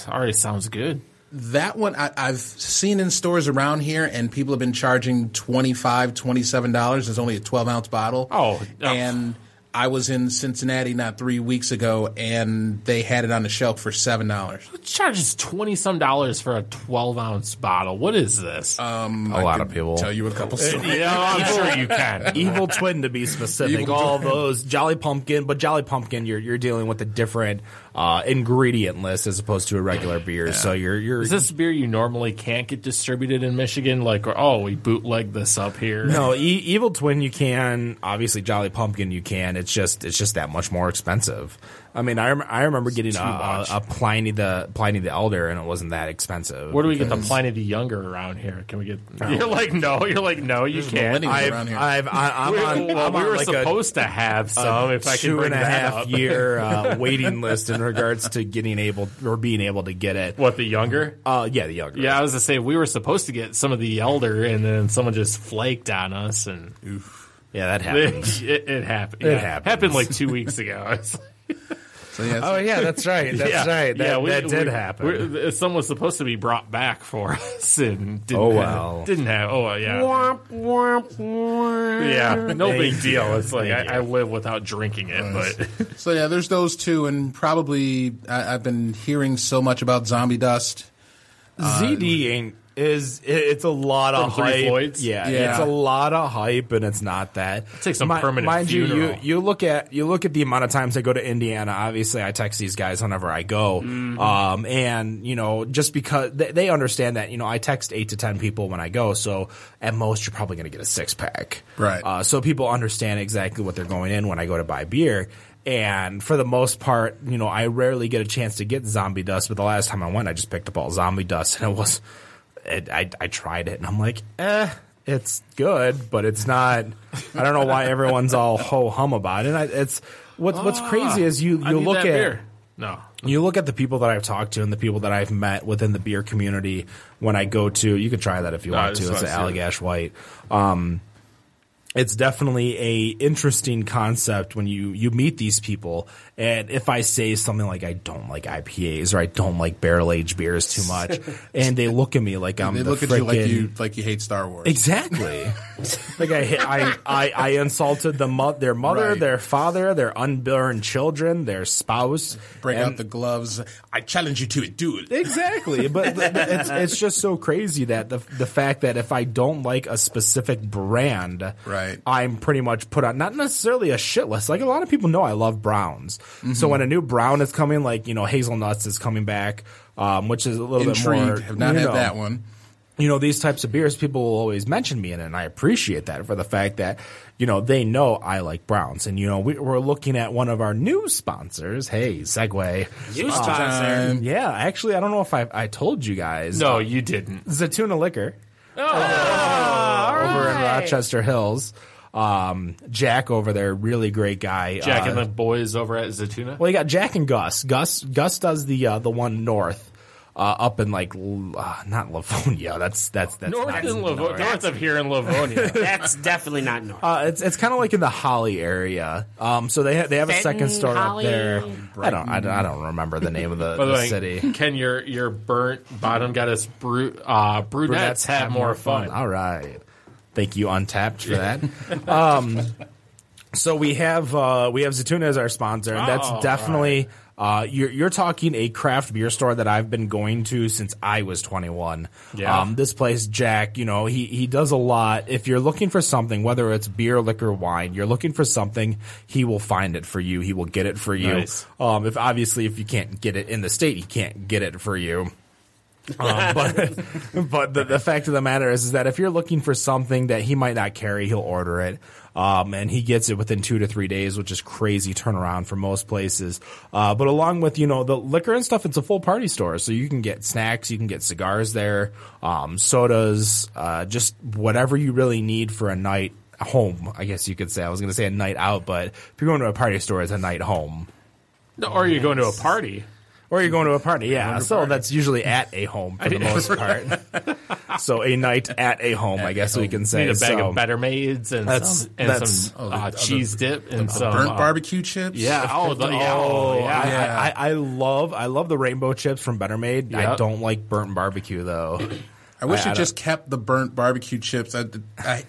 Already sounds good.
that one I, I've seen in stores around here, and people have been charging $25, $27. There's only a 12 ounce bottle.
Oh, no.
and I was in Cincinnati not three weeks ago, and they had it on the shelf for seven dollars.
It charges twenty some dollars for a twelve ounce bottle. What is this?
a lot of people.
Tell you a couple stories.
you know, I'm sure you can.
Evil Twin to be specific.
Evil
All those Jolly Pumpkin, but Jolly Pumpkin, you're you're dealing with a different uh, ingredient list as opposed to a regular beer. So you're you're
Is this beer you normally can't get distributed in Michigan? Like, or, oh, we bootleg this up here.
no e- Evil Twin. You can obviously Jolly Pumpkin. You can. It's just it's just that much more expensive. I mean, I, rem- I remember getting a, a,
much.
a Pliny the Pliny the Elder, and it wasn't that expensive.
Where do we get the Pliny the Younger around here? Can we get? You're like no. You're like no. You can't.
millennials
I've,
around here.
I've, I, I'm
We-
on,
well,
I'm
we
on
were
like a
supposed to have some. if I can
two
bring
and a
that
half
up.
year uh, waiting list in regards to getting able or being able to get it.
What the younger?
Uh, yeah, the younger.
Yeah, I was to say we were supposed to get some of the elder, and then someone just flaked on us, and
yeah, that
it, it, happened.
It
yeah.
happens.
Happened like two weeks ago. I was like,
So, yeah,
oh yeah, that's right. That's
yeah,
right. That,
yeah, we-
that did
we-
happen.
we're- Someone was supposed to be brought back for us, and didn't
Oh,
have-
well.
didn't have. Oh yeah, yeah, no big deal. It's like
Thank
I, I live without drinking it, but
So yeah, there's those two, and probably I, I've been hearing so much about zombie dust.
ZD ain't is it- it's a lot of
From Three
hype.
Floyds?
Yeah,
Yeah.
it's a lot of hype, and it's not that.
takes a
Mi-
permanent
mind you, you.
funeral.
You look at you look at the amount of times I go to Indiana. Obviously, I text these guys whenever I go, um, and you know just because they, they understand that you know I text eight to ten people when I go, so at most you're probably going to get a six pack,
Right.
Uh, so people understand exactly what they're going in when I go to buy beer. And for the most part, you know, I rarely get a chance to get zombie dust. But the last time I went, I just picked up all zombie dust, and it was, it, I I tried it, and I'm like, eh, it's good, but it's not. I don't know why everyone's all ho hum about it. And I, it's what's what's crazy is you you
Ah, I need
look
that
at
beer. no.
you look at the people that I've talked to and the people that I've met within the beer community when I go to, you can try that if you want
it's
to. It's an
not serious.
Allagash White. Um, it's definitely a interesting concept when you, you meet these people. And if I say something like, I don't like IPAs or I don't like barrel aged beers too much, and they look at me like I'm
They
the
look at you like
frickin'
you like you hate Star Wars.
Exactly. like I, hit- I, I, I insulted the mo- their mother,
Right.
their father, their unborn children, their spouse.
Break
and-
out the gloves. I challenge you to it. Do it.
Exactly, but th- th- it's it's just so crazy that the the fact that if I don't like a specific brand,
Right.
I'm pretty much put on not necessarily a shit list. Like a lot of people know I love browns, so when a new brown is coming, like you know hazelnuts is coming back, um, which is a little bit more
Intrigued. Have not
you
had
know,
that one.
you know these types of beers people will always mention me in it, and i appreciate that for the fact that you know they know i like browns and you know we, we're looking at one of our new sponsors hey segway
You sponsor.
Um,
yeah actually i don't know if i, I told you guys
No, Oh, you didn't.
zatuna liquor over in Uh, rochester hills Um, Jack over there, really great guy.
Jack
Uh,
and the boys over at Zatuna.
well, you got Jack and Gus. Gus Gus does the uh, the one north. Uh, up in like L- uh, not Livonia. That's that's that's
North,
not
in Livo-
North.
north of here in Livonia.
That's definitely not north.
Uh, it's it's kind of like in the Holly area. Um, so they ha- they have a second
Fenton,
store
Holly.
up there. I don't, I don't I don't remember the name of the,
By the
the
way,
city.
Can your your burnt bottom goddess bru- uh, brunettes, have, more fun?
All right. Thank you, Untapped, for that. um, so we have uh, we have Zatuna as our sponsor, and that's
Oh,
definitely uh, you're you're talking a craft beer store that I've been going to since I was 21.
Yeah.
Um, this place, Jack, you know he he does a lot. If you're looking for something, whether it's beer, liquor, wine, you're looking for something, he will find it for you. He will get it for you.
Nice.
Um, if obviously if you can't get it in the state, he can't get it for you. Um, but but the, the fact of the matter is, is that if you're looking for something that he might not carry, he'll order it. Um, and he gets it within two to three days, which is crazy turnaround for most places. Uh, but along with, you know, the liquor and stuff, it's a full party store. So you can get snacks, you can get cigars there, um, sodas, uh, just whatever you really need for a night home, I guess you could say. I was going to say a night out, but if you're going to a party store, it's a night home.
No, or you're going to a party.
Or you're going to a party, yeah. So that's usually at a home for the most part. so a night at a home, I guess we can say.
Need a bag
so,
of Better Maids and
That's-
some, and
that's-
some
the-
uh,
the-
cheese dip and some
uh-huh.
burnt
uh,
barbecue chips.
Yeah. Oh, the, yeah.
Oh,
Oh,
yeah.
yeah.
I, I, I love I love the rainbow chips from Better Made. I
Yep.
don't like burnt barbecue though.
I wish
I- I
it just kept the burnt barbecue chips. I, I,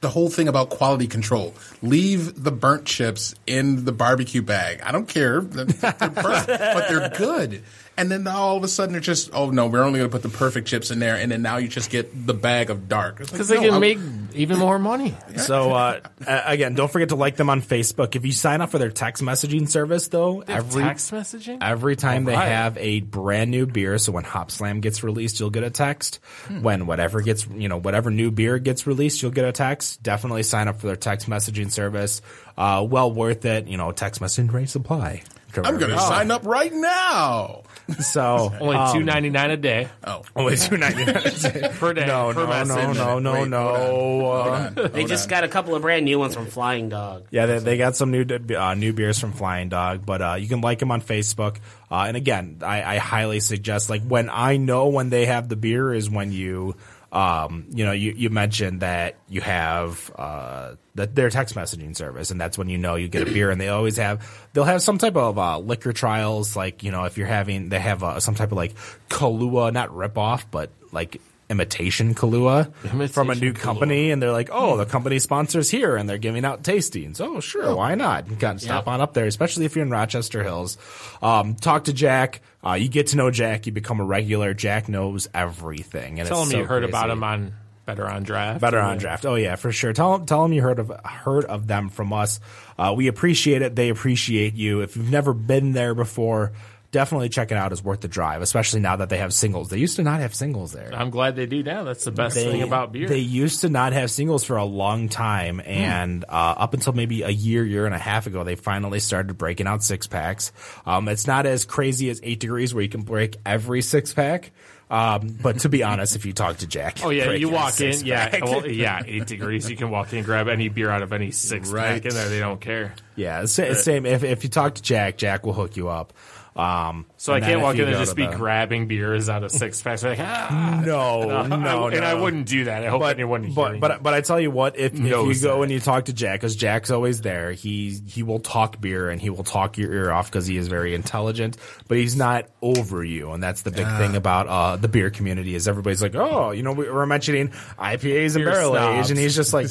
the whole thing about quality control. Leave the burnt chips in the barbecue bag. I don't care. They're they're burnt, but they're good. And then all of a sudden they're just, oh no, we're only going to put the perfect chips in there. And then now you just get the bag of dark. It's like,
Because they
no,
can
I'm-
make even more money.
So uh, a- again, don't forget to like them on Facebook. If you sign up for their text messaging service though, every
Text messaging.
Every time they
All right.
have a brand new beer, so when Hop Slam gets released, you'll get a text.
Hmm.
When whatever gets, you know, whatever new beer gets released, you'll get a text. Definitely sign up for their text messaging service. Uh, well worth it. You know, text messaging rate supply.
I'm going to sign up right now.
So
Only two ninety nine a day
Oh.
only two ninety nine.
per day.
Oh, No, no,
per
no,
message.
no, no,
Wait,
no. Uh,
they just got a couple of brand new ones from Flying Dog.
Yeah, they, they got some new uh, new beers from Flying Dog, but uh, you can like them on Facebook. Uh, and again, I, I highly suggest like when I know when they have the beer is when you, um, you know, you, you mentioned that you have uh, that their text messaging service, and that's when you know you get a beer. And they always have they'll have some type of uh, liquor trials, like you know if you're having they have uh, some type of like Kahlua, not ripoff, but like imitation Kahlua from a
Imitation
new
Kahlua.
company and they're like, oh, the
Hmm.
company sponsors here, and they're giving out tastings. Oh, sure, why not? You gotta stop on up there, especially if you're in Rochester Hills. Um, talk to Jack. Uh, you get to know Jack. You become a regular. Jack knows everything. And
Tell
it's
them
so
you heard about
crazy.
him on Better on Draft.
Better on draft. Oh yeah, for sure. Tell them, tell them you heard of heard of them from us. Uh, we appreciate it. They appreciate you. If you've never been there before, definitely check it out. It's worth the drive, especially now that they have singles. They used to not have singles there.
I'm glad they do now. That's the best thing about beer.
They used to not have singles for a long time, and
Hmm.
uh, up until maybe a year, year and a half ago, they finally started breaking out six packs. Um, it's not as crazy as Eight Degrees, where you can break every six pack. Um, but to be honest, if you talk to Jack,
Oh yeah,
breaking
you
a
walk in, yeah,
six-pack.
well, yeah, eight degrees. You can walk in, grab any beer out of any six
Right.
pack in there. They don't care.
yeah. sa-
Uh,
Same. If if you talk to Jack, Jack will hook you up. Um,
So
and
I
then
can't
if
walk
you
in and
go
just
to
be
the-
grabbing beers out of six packs. Like ah,
No,
I-
no,
and I
no.
wouldn't do that. I hope
but,
anyone.
but
hearing
but but I tell you what, if, if you
knows
go
that.
and you talk to Jack, because Jack's always there, he he will talk beer and he will talk your ear off because he is very intelligent, but he's not over you, and that's the big thing
Ah.
about uh, the beer community is everybody's like, oh, you know, we were mentioning IPAs and
Beer
barrel age,
snobs.
and he's just like,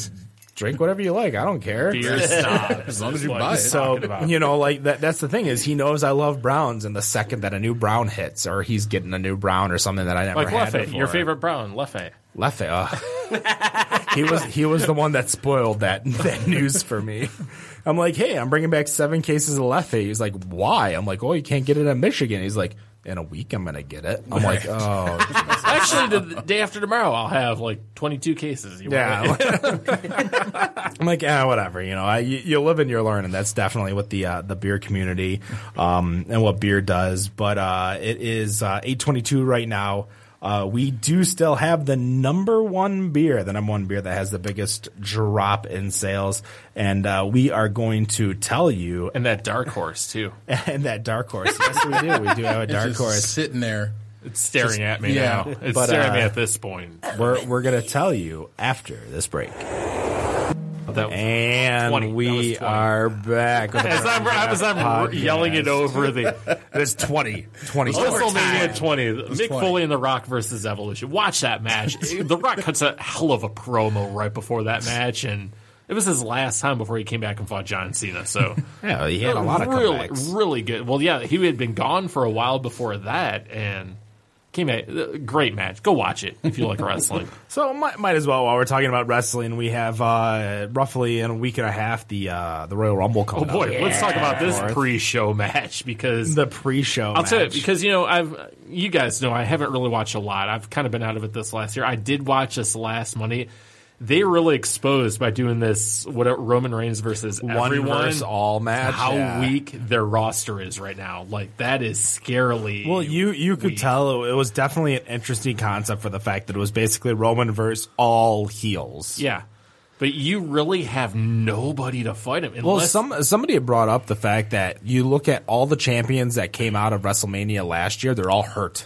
drink whatever you like, I don't care.
beer snobs,
As long as you
Like,
buy it.
So
talking about.
you know, like that. That's the thing is, he knows I love Browns, and the second that a new Brown hits, or he's getting a new Brown or something that I never
like
had
Leffe,
before.
your favorite brown Leffe.
Leffe. uh, he was he was the one that spoiled that that news for me. I'm like, hey, I'm bringing back seven cases of Leffe. He's like, why? I'm like, oh, you can't get it in Michigan. He's like, in a week, I'm gonna get it. I'm like, oh,
Actually, the, the day after tomorrow, I'll have like 22 cases. You want it?
Yeah. I'm like, ah, whatever. You know, I, you, you live and you learn, and that's definitely what the uh, the beer community um, and what beer does. But uh, it is uh, 8:22 right now. Uh, we do still have the number one beer, the number one beer that has the biggest drop in sales, and uh, we are going to tell you.
and that dark horse too.
And that dark horse, yes, we do. We do have a dark
just
horse.
sitting there.
It's staring at me
yeah,
now. It's
but,
staring at me
uh,
at this point.
We're we're gonna tell you after this break,
That was,
and
20. That was
we
20.
are back. with
as
the
I'm, as I'm
Podcast.
yelling it over the
There's 20. 20.
WrestleMania 20, Mick
20.
Foley and The Rock versus Evolution. Watch that match. the Rock cuts a hell of a promo right before that match, and it was his last time before he came back and fought John Cena. So
Yeah, he had a lot of
Oh, really,
comebacks.
really good. Well, yeah, he had been gone for a while before that, and came back. Great match. Go watch it if you like wrestling.
So might, might as well while we're talking about wrestling, we have uh, roughly in a week and a half the uh, the Royal Rumble
Oh
coming.
boy,
up.
let's talk about this
Fourth.
pre-show match because
the pre-show.
I'll tell you
match.
because you know I've you guys know I haven't really watched a lot. I've kind of been out of it this last year. I did watch this last Monday. They really exposed by doing this what uh, Roman Reigns versus
One
everyone
versus all match,
How
yeah.
weak their roster is right now. Like that is scarily.
Well, you you could
weak.
tell it was definitely an interesting concept for the fact that it was basically Roman versus all heels.
yeah, but you really have nobody to fight him. Unless,
Well, some somebody had brought up the fact that you look at all the champions that came out of WrestleMania last year; they're all hurt.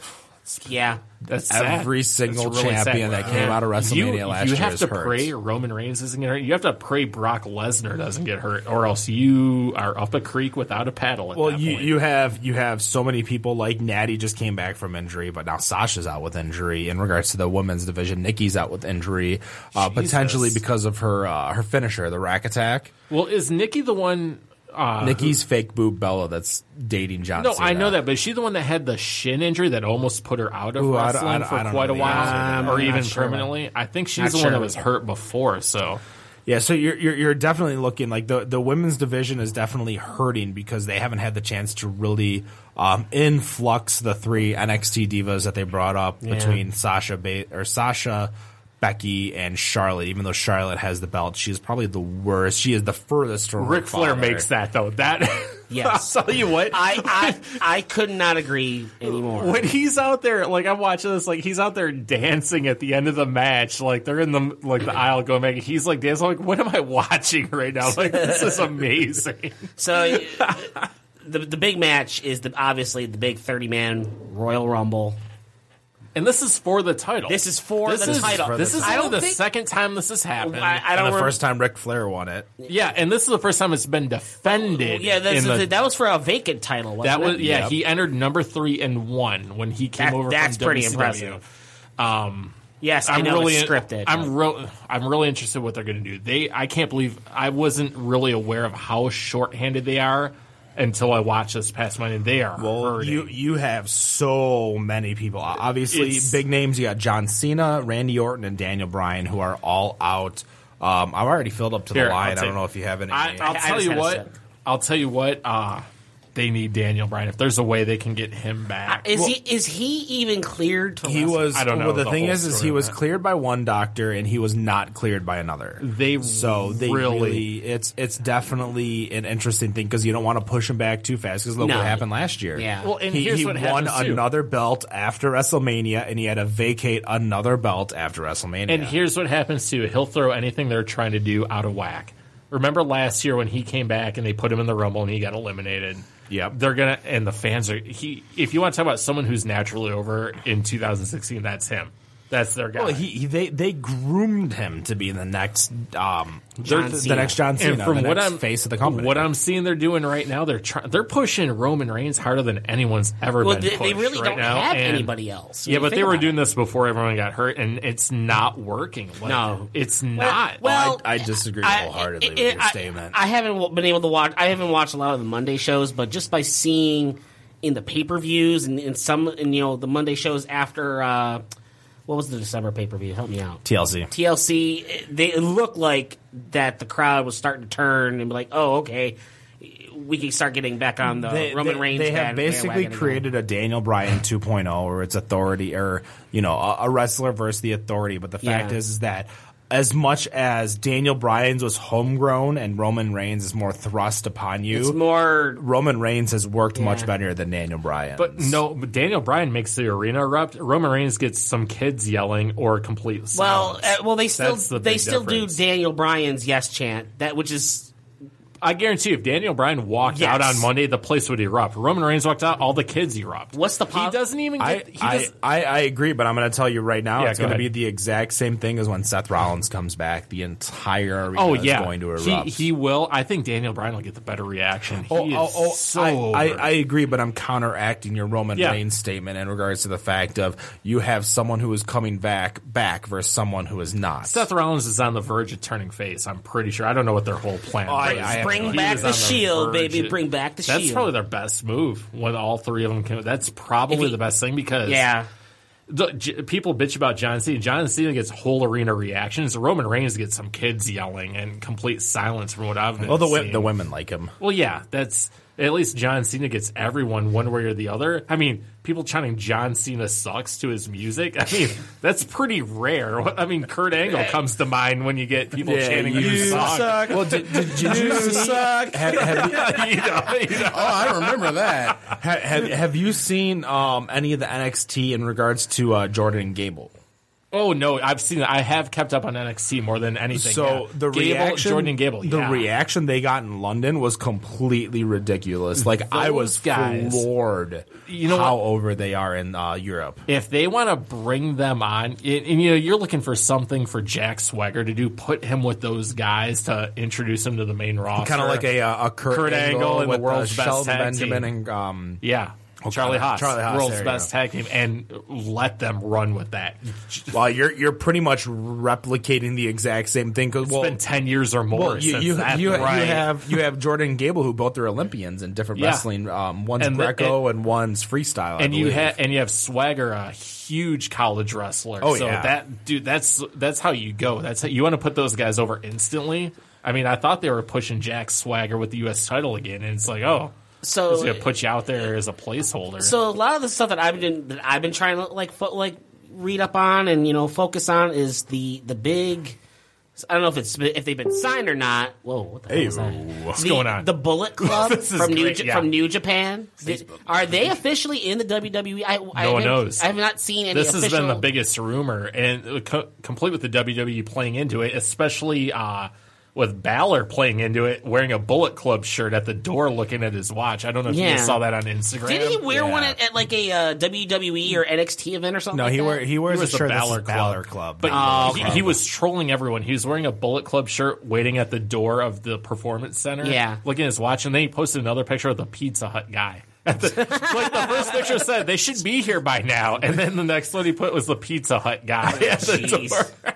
Yeah.
that's sad.
Every single
That's really sad.
champion that came out of WrestleMania
you,
last
you
year
have
is
to
hurt.
pray Roman Reigns isn't going to. You have to pray Brock Lesnar doesn't get hurt, or else you are up a creek without a paddle. At
Well,
that
you,
point.
you have you have so many people like Natty just came back from injury, but now Sasha's out with injury. In regards to the women's division, Nikki's out with injury, uh, potentially because of her uh, her finisher, the rack attack.
well is Nikki the one? Uh,
Nikki's fake boob Bella that's dating John.
no,
Cena.
I know that, but is she the one that had the shin injury that almost put her out of
Ooh, I don't-
wrestling
I don't- I
for
don't
quite
know
a
the
while,
answer.
or
I'm
even
not sure.
permanently? I think she's
Not
the
sure.
one that was hurt before. So
Yeah, so you're, you're you're definitely looking like the the women's division is definitely hurting because they haven't had the chance to really um, influx the three NXT divas that they brought up between Sasha ba- or Sasha, Becky, and Charlotte. Even though Charlotte has the belt, she is probably the worst. She is the furthest from her
Ric
father.
Flair makes that though. That
Yes.
I'll tell you what.
I, I I could not agree anymore.
when he's out there, like I'm watching this, like he's out there dancing at the end of the match, like they're in the like the aisle going back. and He's like dancing. I'm like, what am I watching right now? Like this is amazing.
So uh, the the big match is the obviously the big thirty man Royal Rumble.
And this is for the title.
This is for
This
the
is-
title.
This is
I
only
don't
the
think-
second time this has happened.
I, I
And
don't
the
remember.
first time Ric Flair won it.
yeah, and this is the first time it's been defended.
yeah, that's,
in the-
that was for a vacant title. Wasn't
That was
it?
yeah. He entered number three and one when he came
That-
over.
that's
from
pretty
WCW.
impressive.
Um,
Yes, i
I'm
know
really
it's scripted.
I'm real. I'm really interested what they're going to do. They. I can't believe I wasn't really aware of how shorthanded they are until I watched this past Monday. They are
Well,
hurting.
you you have so many people. Obviously,
It's-
big names. You got John Cena, Randy Orton, and Daniel Bryan, who are all out. Um, I've already filled up to
Here,
the line.
I'll
I
take-
don't know if you have any.
I, I'll
I
tell
just
you
had a
what.
sip.
I'll tell you what. Uh, they need Daniel Bryan. If there's a way they can get him back,
Uh, is he is he even cleared to
he
wrestle?
was.
I don't know
Well, the,
the
thing
whole
is, is
story
he
on
was
that.
cleared by one doctor, and he was not cleared by another.
they
so they really,
really
it's it's definitely an interesting thing because you don't want to push him back too fast because look
No.
what happened last year.
Yeah.
Well, and
he,
here's
he
what
won
happens, too.
another belt after WrestleMania, and he had to vacate another belt after WrestleMania.
And here's what happens to you. He'll throw anything they're trying to do out of whack. Remember last year when he came back and they put him in the rumble and he got eliminated.
Yep.
They're gonna and the fans are he if you want to talk about someone who's naturally over in 2016, that's him. That's their guy.
Well, he, he they they groomed him to be the next um
John
the,
Cena.
next John Cena,
and from
the
what
next
I'm
face of the company.
what I'm seeing they're doing right now, they're try, they're pushing Roman Reigns harder than anyone's ever
Well,
been.
they- they
pushed
really
right
don't
now,
have
and-
anybody else.
Yeah,
When you
but
think
they were
about
doing
it.
this before everyone got hurt, and it's not working. Like,
No.
it's not.
Well,
I, I disagree wholeheartedly
I-
with your
I-
statement.
I haven't w- been able to watch. I haven't watched a lot of the Monday shows, but just by seeing in the pay per views and, and some, and, you know, the Monday shows after uh, what was the December pay per view? Help me out.
TLC.
TLC. eh, They it looked like that the crowd was starting to turn and be like, "Oh, okay, we can start getting back on the
Uh,
Roman Reigns."
they have
band-
basically
bandwagon again."
created a Daniel Bryan oh, 2.0 or it's authority or you know a, a wrestler versus the authority but the fact
Yeah.
is, is that as much as Daniel Bryan's was homegrown and Roman Reigns is more thrust upon you.
It's more
Roman Reigns has worked much better than Daniel Bryan.
But no, but Daniel Bryan makes the arena erupt. Roman Reigns gets some kids yelling or complete silence.
well. Uh, well, they still
That's the
they
big
still
difference.
do Daniel Bryan's yes chant that which is
I guarantee if Daniel Bryan walked
Yes.
out on Monday, the place would erupt. Roman Reigns walked out, all the kids erupt.
What's the pos-
He doesn't even get.
I,
he
I,
does,
I, I agree, but I'm going to tell you right now,
Yeah,
it's
go
going to be
ahead.
the exact same thing as when Seth Rollins comes back. The entire arena
oh
is
yeah,
going to
he
erupt.
he will. I think Daniel Bryan will get the better reaction. He
Oh,
is
oh, oh,
so
I, I,
over.
I agree, but I'm counteracting your Roman
Yeah.
Reigns statement in regards to the fact of you have someone who is coming back back versus someone who is not.
Seth Rollins is on the verge of turning face. I'm pretty sure. I don't know what their whole plan.
Oh, I-
is.
I have no
bring
idea.
back
He
the
was on the
shield,
verge.
baby. Bring back the
That's
shield.
probably their best move when all three of them can. That's probably
If he-
the best thing because
yeah.
the, J- people bitch about John Cena. John Cena gets whole arena reactions. Roman Reigns gets some kids yelling and complete silence from what I've been.
well, Oh, the,
seeing.
wi- the women like him.
Well, yeah, that's at least John Cena gets everyone one way or the other. I mean, people chanting John Cena sucks to his music. I mean, that's pretty rare. What- I mean, Kurt Angle comes to mind when you get people chanting you, suck.
Well, did, did, did you suck? Have, have, you-
you know, you know.
Oh, I remember that.
ha- have, have you seen um, any of the NXT in regards to uh, Jordan Gable?
Oh no, I've seen. I have kept up on NXT more than anything.
So
yeah.
the
Gable,
reaction,
Jordan Gable,
the
yeah.
reaction they got in London was completely ridiculous. Like I was
Those guys.
floored.
You know
how
what?
over they are in uh, Europe.
If they want to bring them on, and, and you know you're looking for something for Jack Swagger to do, put him with those guys to introduce him to the main roster.
Kind of like a uh, a Kurt,
Kurt Angle and the
with uh,
world's best
Shelton
tag
Benjamin
team.
and um,
yeah, Charlie Haas,
Charlie Haas,
world's
there you
best
go.
tag team, and let them run with that. It's
well, you're you're pretty much replicating the exact same thing. Cause, well,
been ten years or more
well, you
since
you,
that.
you,
right?
you have you have Jordan and Gable who both are Olympians in different
Yeah.
wrestling. Um, one's
And the-
Greco and, one's freestyle. I
and you
believe.
have and you have Swagger, a huge college wrestler.
Oh,
so
yeah.
that dude, that's that's how you go. That's how you want to put those guys over instantly. I mean, I thought they were pushing Jack Swagger with the U.S. title again, and it's like, oh,
So
it's gonna put you out there as a placeholder.
So a lot of the stuff that I've been that I've been trying to like fo- like read up on and you know focus on is the the big. I don't know if it's if they've been signed or not. Whoa, what the hell is that? What's
going on?
The Bullet Club
This is
from New
great,
Ja-
yeah.
from New Japan. Did- are they officially in the WWE? I, I
No one
haven't-
knows.
I have not seen any.
this has
official,
been the biggest rumor, and uh, co- complete with the WWE playing into it, especially uh, with Balor playing into it, wearing a Bullet Club shirt at the door, looking at his watch. I don't know if
Yeah.
you saw that on Instagram.
Did he wear
Yeah.
one at, at like a uh, WWE or NXT event or something?
no,
like
he
that?
wear, he wears
He was
a
the
shirt that's
Balor Club.
Balor Club. Um, Oh,
But he, he was trolling everyone. He was wearing a Bullet Club shirt, waiting at the door of the performance center.
Yeah.
looking at his watch, and then he posted another picture of the Pizza Hut guy. At the- like the first picture said, they should be here by now, and then the next one he put was the Pizza Hut guy at the
Oh, Jeez.
door.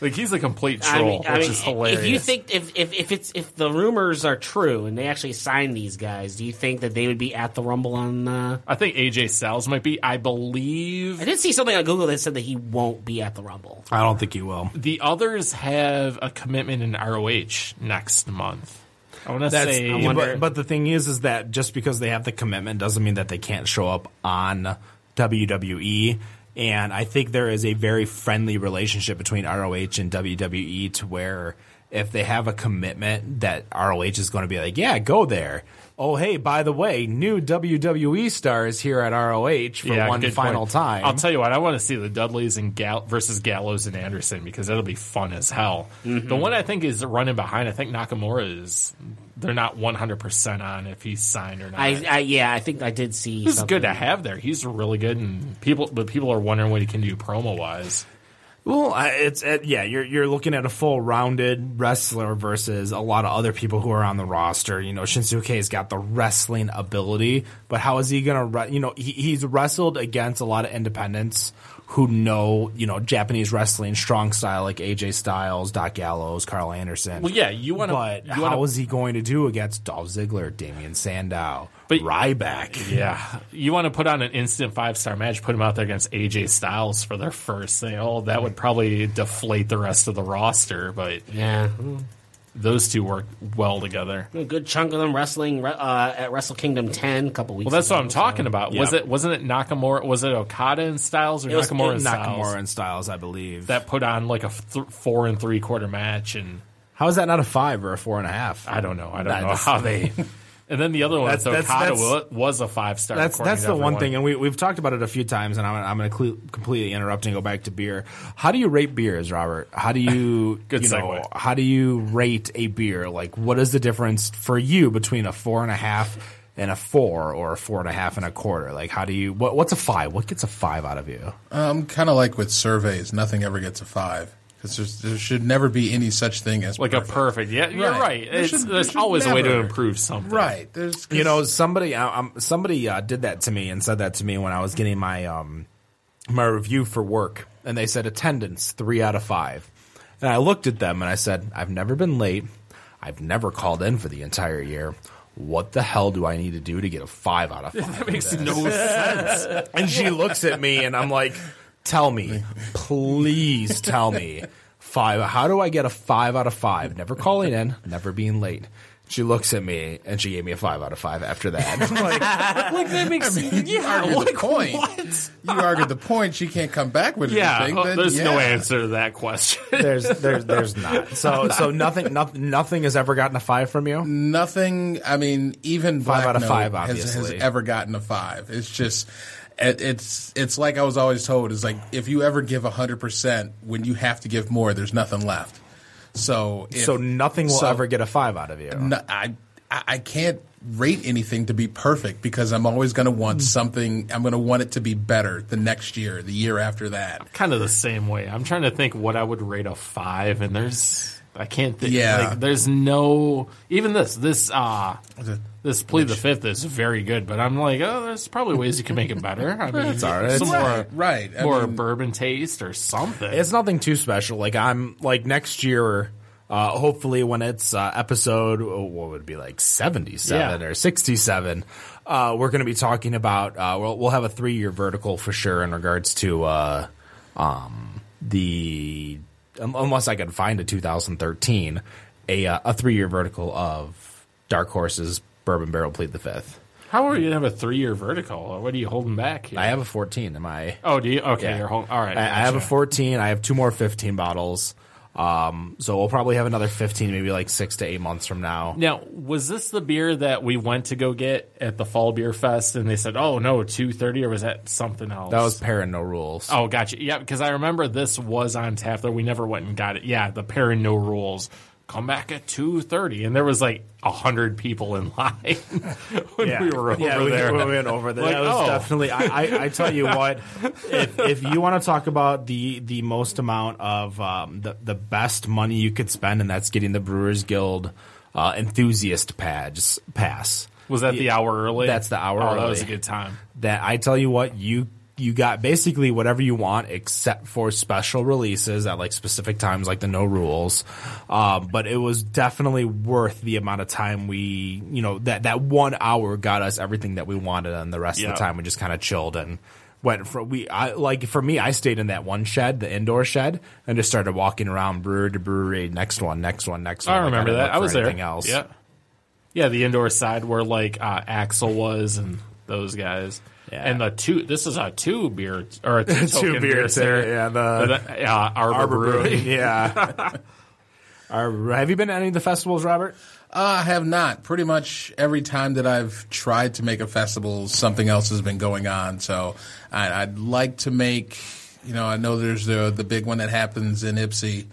like he's a complete troll, which is hilarious.
If you think if, if if it's if the rumors are true and they actually sign these guys, do you think that they would be at the Rumble on? Uh,
I think AJ Styles might be. I
I
believe
did see something on Google that said that he won't be at the Rumble.
I don't think he will.
the others have a commitment in ROH next month. I want to
That's,
say.
yeah, but, but the thing is, is that just because they have the commitment doesn't mean that they can't show up on WWE. And I think there is a very friendly relationship between ROH and WWE to where if they have a commitment that ROH is going to be like, yeah, go there. Oh, hey, by the way, new WWE stars here at ROH for one
good
final
point.
time.
I'll tell you what, I want to see the Dudleys and Gal- versus Gallows and Anderson because that'll be fun as hell.
Mm-hmm.
The one I think is running behind. I think Nakamura is. They're not one hundred percent on if he's signed or not.
I, I yeah, I think I did see.
He's
something.
good to have there. He's really good, and people, but people are wondering what he can do promo wise.
Well, I- it's uh, yeah, you're you're looking at a full rounded wrestler versus a lot of other people who are on the roster. You know, Shinsuke has got the wrestling ability, but how is he gonna? Re- you know, he, he's wrestled against a lot of independents who know you know Japanese wrestling strong style like AJ Styles, Doc Gallows, Carl Anderson.
Well, yeah, you want
but
to.
how is he going to do against Dolph Ziggler, Damian Sandow,
But-
Ryback?
Yeah, you want to put on an instant five star match, put him out there against AJ Styles for their first thing. Oh, that would probably deflate the rest of the roster. But
Yeah,
those two work well together.
A good chunk of them wrestling uh, at Wrestle Kingdom 10 a couple weeks
Well, that's
ago.
what I'm talking about. Was
Yeah.
it wasn't it Nakamura? Was it Okada and Styles or
was
Nakamura and Styles
Nakamura and Styles, I believe.
that put on like a th- four and three quarter match? And
how is that not a five or a four and a half?
I don't know. I don't
That-
know
that's-
how they. And then the other one,
That's-
that's,
that's-
Okada
that's-
wa- was a five star.
That's that's the one thing, and we we've talked about it a few times, and I'm I'm going to cle completely interrupt and go back to beer. How do you rate beers, Robert? How do you
Good
you know,
segue.
How do you rate a beer? Like, what is the difference for you between a four and a half and a four, or a four and a half and a quarter? Like, how do you what what's a five? What gets a five out of you?
Um, kind of like with surveys, nothing ever gets a five because there should never be any such thing as
Like a perfect. Yeah, you're
Right.
right.
There
It's,
should- there
there's
should
always a way to
never-
improve something.
Right. There's
you know somebody I, um somebody uh, did that to me and said that to me when I was getting my um my review for work and they said attendance 3 out of 5 and I looked at them and I said I've never been late I've never called in for the entire year what the hell do I need to do to get a 5 out of 5
That makes no sense.
and she looks at me and I'm like, tell me, please tell me. Five. How do I get a five out of five? Never calling in, never being late. She looks at me and she gave me a five out of five after that. I'm like,
Like that makes
you argued the point. You argued the point. She can't come back with
Yeah,
anything.
uh,
then
there's no
yeah.
answer to that question.
there's, there's, there's not. So, so nothing, nothing, nothing has ever gotten a five from you.
Nothing. I mean, even
Five
Black
out of
Note
five,
has, has
obviously.
ever gotten a five. It's just. It, it's it's like I was always told. It's like if you ever give hundred percent when you have to give more, there's nothing left. So if,
so nothing will
so-
ever get a five out of you.
no, I I I can't rate anything to be perfect because I'm always going to
Hmm.
want something. I'm going to want it to be better the next year, the year after that.
kind of the same way. I'm trying to think what I would rate a five, and there's I can't think.
Yeah.
like, there's no even this this uh this plea the fifth is very good, but I'm like, oh, there's probably ways you can make it better. I mean, it's
all right.
Some
Right,
more
right. I
more
mean-
bourbon taste or something.
it's nothing too special. Like I'm like next year, uh, hopefully when it's uh, episode oh, what would it be like seventy seven
Yeah.
or sixty seven, uh, we're going to be talking about. Uh, we'll we'll have a three year vertical for sure in regards to uh, um, the un- unless I can find a 2013 a uh, a three year vertical of Dark Horse's Bourbon Barrel Plead the Fifth.
How are you gonna have a three year vertical? What are you holding back here?
I have a 14. Am I?
oh, do you? Okay,
Yeah.
you're holding. All right,
I, I have a
gotcha.
14. I have two more 15 bottles. Um, so we'll probably have another 15, maybe like six to eight months from now.
Now, was this the beer that we went to go get at the Fall Beer Fest, and they said, "Oh no, two thirty, or was that something else?
That was Parent No Rules.
Oh, gotcha. Yeah, because I remember this was on tap, though we never went and got it. Yeah, the Perrin No Rules. Come back at two thirty, and there was like hundred people in line when we were over
yeah, we-
there.
We, went over there.
Like,
that was
oh.
definitely. I, I, I tell you what, if, if you want to talk about the the most amount of um, the the best money you could spend, and that's getting the Brewers Guild uh, enthusiast pads pass.
Was that the hour early?
That's the hour
Oh, that was a
early.
good time.
that I tell you what you you got basically whatever you want except for special releases at like specific times like the no rules um, but it was definitely worth the amount of time we you know that that one hour got us everything that we wanted and the rest of
Yeah.
the time we just kind of chilled and went for we I like for me I stayed in that one shed the indoor shed and just started walking around brewery to brewery next one next one next one
I
Like,
remember
didn't
that.
look
I
for
was there.
anything else
Yeah, yeah. The indoor side where like uh, Axel was and those guys.
Yeah.
And the two. This is a two beer or a two, token
beer
beer.
tier,
sir.
yeah, the-
the uh, Arbor,
Arbor
Brewing.
Brewing yeah Arbor, have you been to any of the festivals Robert
Uh, I have not. Pretty much every time that I've tried to make a festival, something else has been going on. So I, I'd like to make, you know, I know there's the the big one that happens in Ipsy,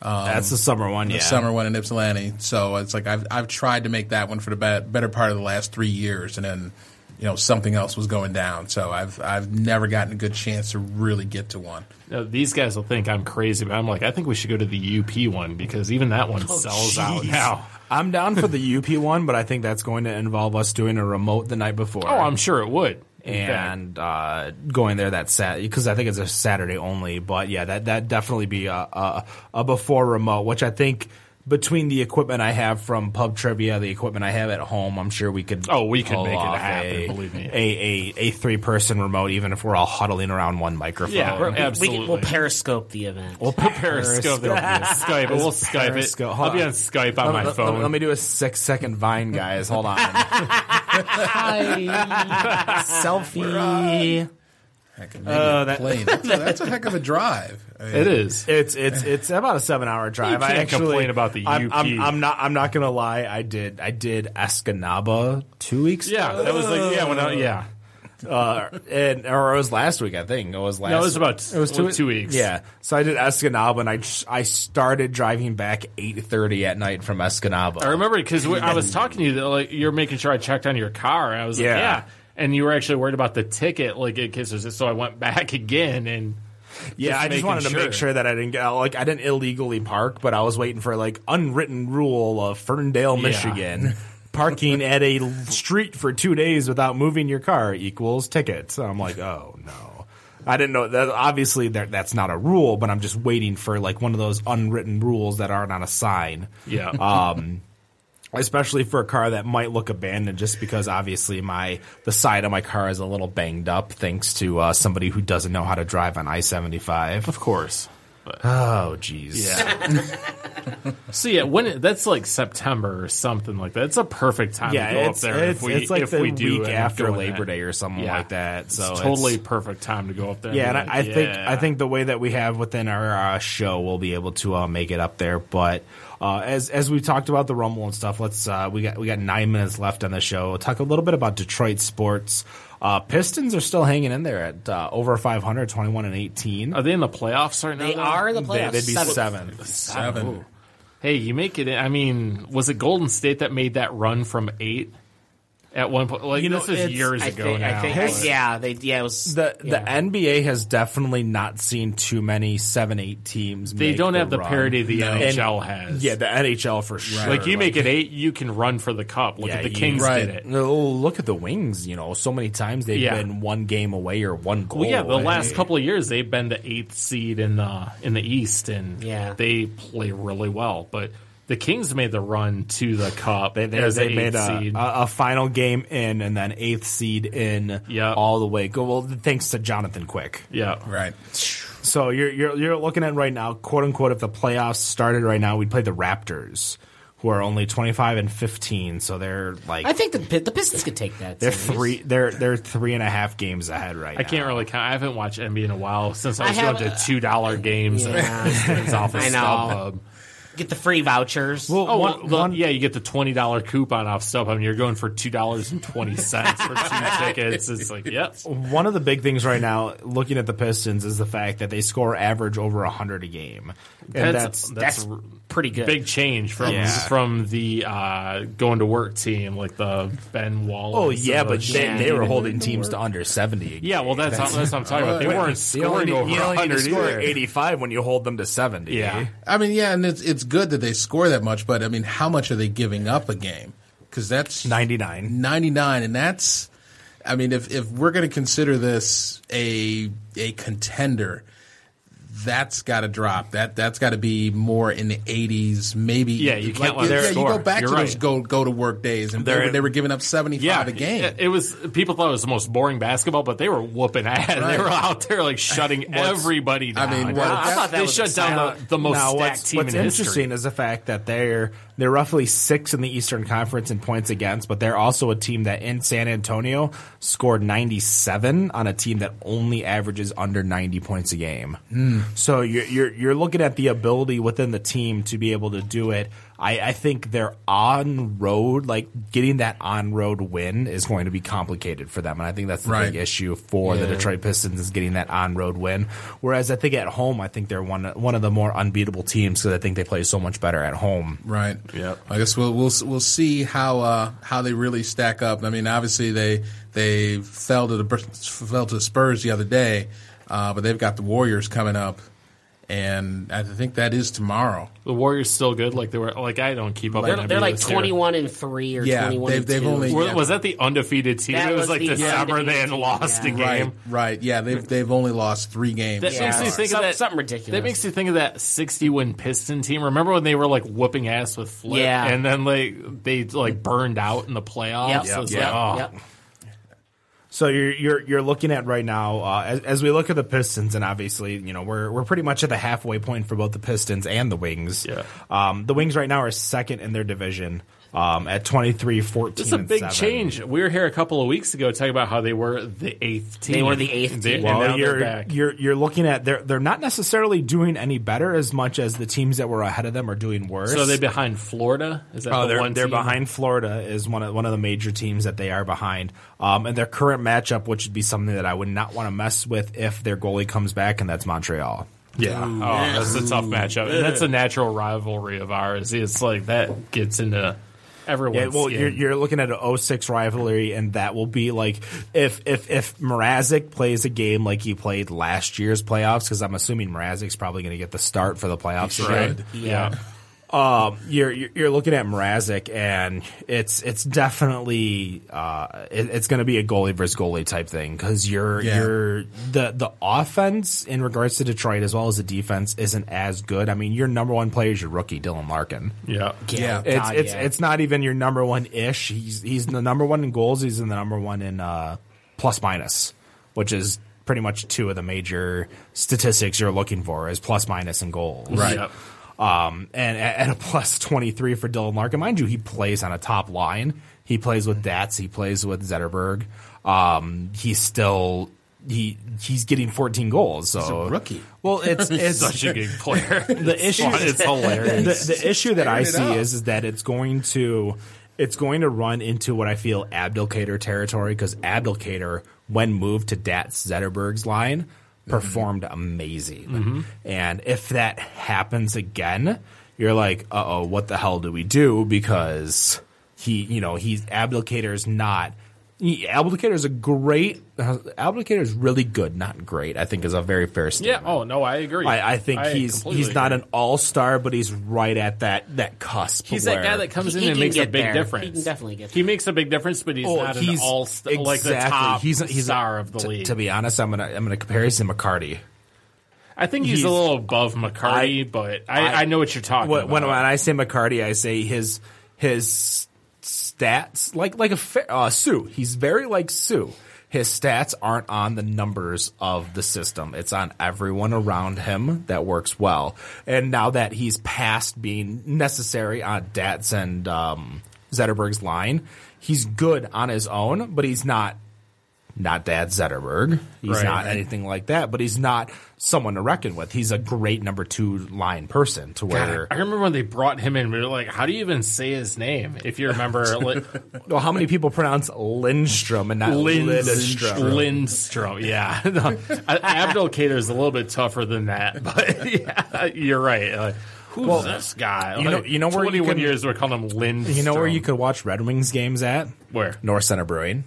That's the summer one,
the
yeah.
summer one in Ypsilanti. So it's like I've I've tried to make that one for the be- better part of the last three years, and then you know something else was going down. So I've I've never gotten a good chance to really get to one.
Now, these guys will think I'm crazy, but I'm like, I think we should go to the UP one because even that one sells out now.
I'm down for the UP one, but I think that's going to involve us doing a remote the night before.
Oh, I'm sure it would. In fact.
and uh, going there that sat because I think it's a Saturday only. But yeah, that that definitely be a, a a before remote, which I think between the equipment I have from pub trivia, the equipment I have at home, I'm sure we could.
Oh, we could
pull
make it
off
happen,
A,
believe me.
a a a three person remote, even if we're all huddling around one microphone.
Yeah,
We're- we-
absolutely.
We, will periscope the event.
We'll put Periscope. There. Skype. We'll Skype it.
Periscope. Hold
I'll be
on.
on Skype on my
let,
phone.
Let, me do a six second vine, guys. Hold on. Selfie.
Oh, that, plane. That's, a, that's a heck of a drive. I mean,
it is.
It's it's it's about a seven hour drive.
can't
I actually
complain about the
I'm, I'm,
UP.
I'm not I'm not gonna lie. I did I did Escanaba two weeks.
Yeah, that was like yeah when I yeah.
uh, and or it was last week. I think it was last.
No, it was about
It was two,
two weeks.
Yeah, so I did Escanaba, and I ch- I started driving back eight thirty at night from Escanaba.
I remember because I was talking to you, that, like you're making sure I checked on your car. I was
Yeah.
like, yeah, and you were actually worried about the ticket, like in case there's so I went back again and
yeah, I just
making
wanted to make sure that I didn't get like I didn't illegally park, but I was waiting for like unwritten rule of Ferndale,
Yeah.
Michigan. Parking at a l- street for two days without moving your car equals ticket. So I'm like, oh no, I didn't know that. Obviously, that that's not a rule, but I'm just waiting for like one of those unwritten rules that aren't on a sign.
yeah.
um, especially for a car that might look abandoned just because obviously my the side of my car is a little banged up thanks to uh, somebody who doesn't know how to drive on i-75
of course.
oh jeez
Yeah. so yeah, when it, that's like September or something like that. It's a perfect time
yeah
to go
it's,
up there
it's,
if we
it's like
if
the
we do
week
end up
after
doing
labor
that.
day or something
Yeah.
like that so it's-
it's totally perfect time to go up there.
yeah, and
be
I, I
like,
think I
yeah.
think the way that we have within our uh, show, we'll be able to uh, make it up there. But uh, as as we talked about the Rumble and stuff, let's uh, we got we got nine minutes left on the show. We'll talk a little bit about Detroit sports. Uh, Pistons are still hanging in there at uh, over 500, 21 and eighteen.
are they in the playoffs right now?
they
though?
are in the
They,
playoffs.
would be seventh.
Seventh.
seven.
Hey, you make it. in- I mean, was it Golden State that made that run from eight at one point? Like
You know,
this is
it's-
years
I
ago
think,
now.
I think
Has-
yeah, they yeah, it was
The the NBA has definitely not seen too many seven eight teams.
they
make
don't have the
run.
parity the
No.
NHL has.
Yeah, the NHL for sure.
like you make it eight, you can run for the cup. Look
Yeah,
at the
you-
Kings
Right.
did it.
No, oh, look at the wings. You know, so many times they've
Yeah.
been one game away or one goal.
Well, yeah, the
away.
last couple of years they've been the eighth seed in the in the East, and
Yeah.
they play really well. But the Kings made the run to the cup.
They, they,
as the
they made
eighth
a,
seed.
a, a final game in and then eighth seed in
Yeah.
all the way. Go well, thanks to Jonathan Quick.
yeah,
Right.
So you're you're you're looking at right now, quote unquote, if the playoffs started right now, we'd play the Raptors, who are only twenty five and fifteen, so they're like
I think the Pi- the Pistons could take that.
they're
series.
three they're they're three and a half games ahead right
I
now.
can't really count. I haven't watched NBA in a while since I was
I
going
have-
to two dollar games.
Yeah.
Pistons off of
I know.
StubHub.
Get the free vouchers.
Oh, well, the- yeah, you get the twenty dollar coupon off StubHub. And you're going for two dollars and twenty cents for two tickets. It's like, yep,
One of the big things right now, looking at the Pistons, is the fact that they score average over hundred a game, and that's,
That's-
that's,
that's pretty good.
big change from
Yeah.
from the uh, going to work team, like the Ben Wallace.
oh yeah,
of
but
the-
they,
Yeah.
they were holding teams to under seventy. A game.
yeah, well, that's that's what I'm talking about. They weren't
You only
scoring
need,
over
you only need to
100
score
either.
eighty five when you hold them to seventy.
Yeah.
I mean, yeah, and it's it's good that they score that much, but I mean, how much are they giving up a game? Because that's
ninety nine.
99 and that's i mean if, if we're going to consider this a a contender that's got to drop that that's got to be more in the 80s maybe
Yeah, you can't let
yeah,
them
you
score.
go back
You're
to those
right.
go go to work days and they
They're-
were, they were giving up 75 a game
It, it was people thought it was the most boring basketball, but they were whooping ass.
Right.
They were out there like shutting everybody down.
mean, what-
I
that's-
thought they shut down the, the most
Now,
stacked
what's,
team
what's
in
interesting
history.
is the fact that they're they're roughly six in the Eastern Conference in points against, but they're also a team that in San Antonio scored 97 on a team that only averages under 90 points a game. So you're, you're you're looking at the ability within the team to be able to do it. I, I think their on road, like getting that on road win, is going to be complicated for them, and I think that's the
Right.
big issue for the Detroit Pistons is getting that on road win. Whereas I think at home, I think they're one one of the more unbeatable teams because I think they play so much better at home.
Right. Yeah. I guess we'll we'll we'll see how uh, how they really stack up. I mean, obviously they they fell to the Bur- fell to the Spurs the other day, uh, but they've got the Warriors coming up, and I think that is tomorrow.
The Warriors still good. Like they were. Like I don't keep up.
They're,
on
they're
NBA
like
this year.
21 and 3 or
Yeah,
21
they've-
and
they've
2.
only-
Wa-
Yeah.
Was that the undefeated team?
That
it was,
was
like
the
December they
undefeated
had
team,
lost
yeah.
a game.
Right, right. Yeah, they've they've only lost three games.
That
so
makes me
far.
think
Some-
of that,
something ridiculous.
That makes you think of that sixty-win Piston team. Remember when they were like whooping ass with Flip,
Yeah.
and then like they like burned out in the playoffs.
Yep.
So it's
Yep.
like, oh,
Yep.
So you're you're you're looking at right now uh, as, as we look at the Pistons, and obviously you know we're we're pretty much at the halfway point for both the Pistons and the Wings.
Yeah.
Um, the Wings right now are second in their division um, at 23-14.
It's a
and
big
seven.
change. We were here a couple of weeks ago talking about how they were the eighth team.
They were the eighth
They-
team.
and now
Well,
they're
you're,
back.
you're you're looking at they're they're not necessarily doing any better as much as the teams that were ahead of them are doing worse.
so are they behind Florida? Is that
Oh,
the
they're
one
they're
team?
behind Florida is one of one of the major teams that they are behind. Um, and their current matchup, which would be something that I would not want to mess with if their goalie comes back, and that's Montreal.
Yeah. Oh, that's a tough matchup. And that's a natural rivalry of ours. It's like that gets into
Yeah,
everyone's
well,
skin.
you're, you're looking at an 06 rivalry, and that will be like if if if Mrazek plays a game like he played last year's playoffs, because I'm assuming Mrazek's probably going to get the start for the playoffs.
right.
again.
Yeah.
um, you're you're you're looking at Mrazek, and it's it's definitely uh, it, it's going to be a goalie versus goalie type thing because you're
Yeah.
you're the the offense in regards to Detroit as well as the defense isn't as good. I mean, your number one player is your rookie Dylan Larkin.
Yeah.
yeah,
It's
God,
it's
yeah.
it's not even your number one ish. He's he's the number one in goals. He's in the number one in uh, plus minus, which is pretty much two of the major statistics you're looking for is plus minus and goals.
Right.
Yep.
Um, and at at a plus twenty three for Dylan Larkin, mind you, he plays on a top line. He plays with Dats. He plays with Zetterberg. Um, he's still he he's getting fourteen goals. So
a rookie.
Well, it's it's
Such a good player.
the issue
it's hilarious.
the, the issue that I
Tearing it
see
up.
is, is that it's going to it's going to run into what I feel Abdulkader territory because Abdulkader, when moved to Dat Zetterberg's line,
Mm-hmm.
performed amazing. And if that happens again, you're like, uh oh, what the hell do we do? Because he, you know, he's Abdulkader's not. Abdulkader is a great. Abdulkader is really good, not great. I think is a very fair
Yeah.
statement.
Oh no, I agree.
I, I think he's
completely
he's not
agree.
an all star, but he's right at that that cusp.
He's
where,
that guy that comes in
He
and
can
makes a
get
big
there.
difference.
He can definitely get
He
there.
makes a big difference, but he's
Oh,
not an all star like the top
he's a- he's a-
star of the
to,
league.
To be honest, I'm gonna I'm gonna compare him to McCarty.
I think he's,
he's-
a little above McCarty, but I, I, know what you're talking
When,
about.
when I say McCarty, I say his his stats like like a fa- uh, Sue. He's very like Sue. His stats aren't on the numbers of the system. It's on everyone around him that works well. And now that he's past being necessary on Dats and um, Zetterberg's line, he's good on his own, but he's not not Dad Zetterberg. He's
Right,
not
right.
anything like that, but he's not someone to reckon with. He's a great number two line person to where.
I remember when they brought him in, we were like, how do you even say his name? If you remember, like,
well, how many people pronounce Lindstrom and not Lidstrom?
Lindstrom. Yeah. No, Abdulkader is a little bit tougher than that, but yeah, you're right. Like, who's this guy?
you know-
Like,
you know where you
21
can-
years we're calling him Lindstrom.
you know where you could watch Red Wings games at?
Where?
North Center Brewing.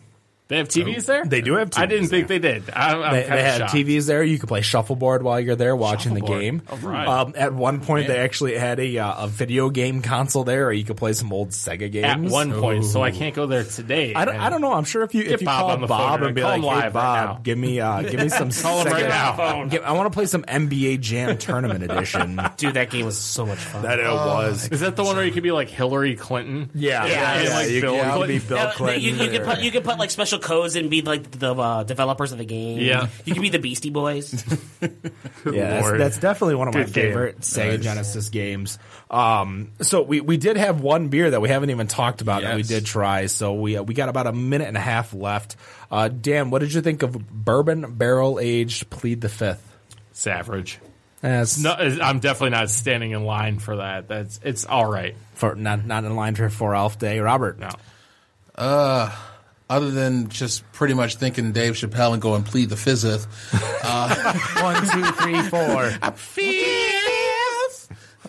They have TVs there?
Oh. They do have
I
TVs
didn't think they did. I'm, I'm
They,
kind
they
of
have
shocked.
TVs there. You could play shuffleboard while you're there watching the
Shuffleboard.
game.
All right.
Um, at one point, they actually had a uh, a video game console there, or you could play some old Sega games.
At one point, so I can't go there today.
Oh. I don't, I don't know. I'm sure if you if you
Bob
call
on the phone
Bob
and
and be
call
like,
him
"Hey
live right
Bob,
now."
give me uh, give me some call
him right now.
I want to play some NBA Jam Tournament Edition." Oh
Dude, that game was so much fun.
it was.
Is that the one where you could be like Hillary Clinton?
Yeah,
Yeah,
yeah,
like
you,
Bill
you could be
Clinton.
Bill
Now,
Clinton.
You, you could
or-
put you could put like special codes and be like the uh, developers of the game.
Yeah.
you could be the Beastie Boys.
yeah, that's,
Lord.
that's definitely one of my
Good game.
favorite Sega Genesis games. Um, so we, we did have one beer that we haven't even talked about that we
Yes.
did try. So we uh, we got about a minute and a half left. Uh, Dan, what did you think of Bourbon Barrel Aged Plead the Fifth?
It's average.
That's
No, I'm definitely not standing in line for that. That's it's all right.
for not not in line for for Elf Day, Robert.
No,
Other than just pretty much thinking Dave Chappelle and go and plead the fifth.
One, two, three, four.
Fifth. I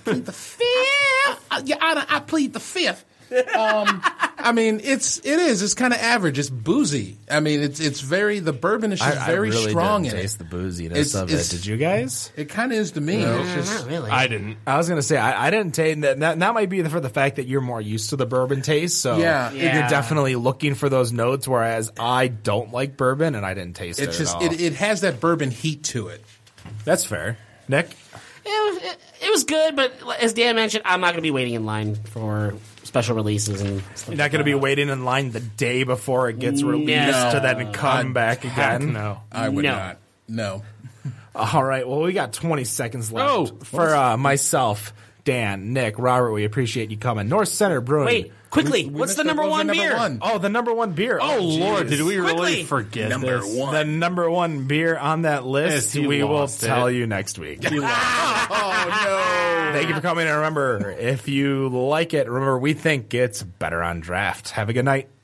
plead the fifth. I, I, Your Honor, I plead the fifth. Um, I mean, it's it is. It's kind of average. It's boozy. I mean, it's it's very the bourbon is just
I,
very
I really
strong
didn't
in
taste
it.
the booziness
It's-
of
it's-
it. Did you guys?
It kind of is to me. It's just
really.
I didn't.
I was gonna say I, I didn't taste that, that. That might be for the fact that you're more used to the bourbon taste, so
Yeah.
Yeah.
you're definitely looking for those notes. Whereas I don't like bourbon, and I didn't taste
it's
it.
just
at all.
it, it has that bourbon heat to it.
That's fair, Nick.
it, was- it, it was good, but as Dan mentioned, I'm not going to be waiting in line for special releases and stuff.
You're not going to be waiting in line the day before it gets released to then come back again.
No.
I would
No.
not. No.
All right. Well, we got 20 seconds left
Oh,
for uh, myself, Dan, Nick, Robert. We appreciate you coming. North Center Brewing.
Wait, quickly, what's
missed
the
up
number
on the
one
number
beer?
one.
Oh, the number one beer.
Oh Lord,
geez.
did we
Quickly.
really forget
Number
this?
one.
The number one beer on that
Yes,
list.
you
we will
lost it.
tell you next week. oh no! Thank you for coming. And remember, if you like it, remember we think it's better on draft. Have a good night.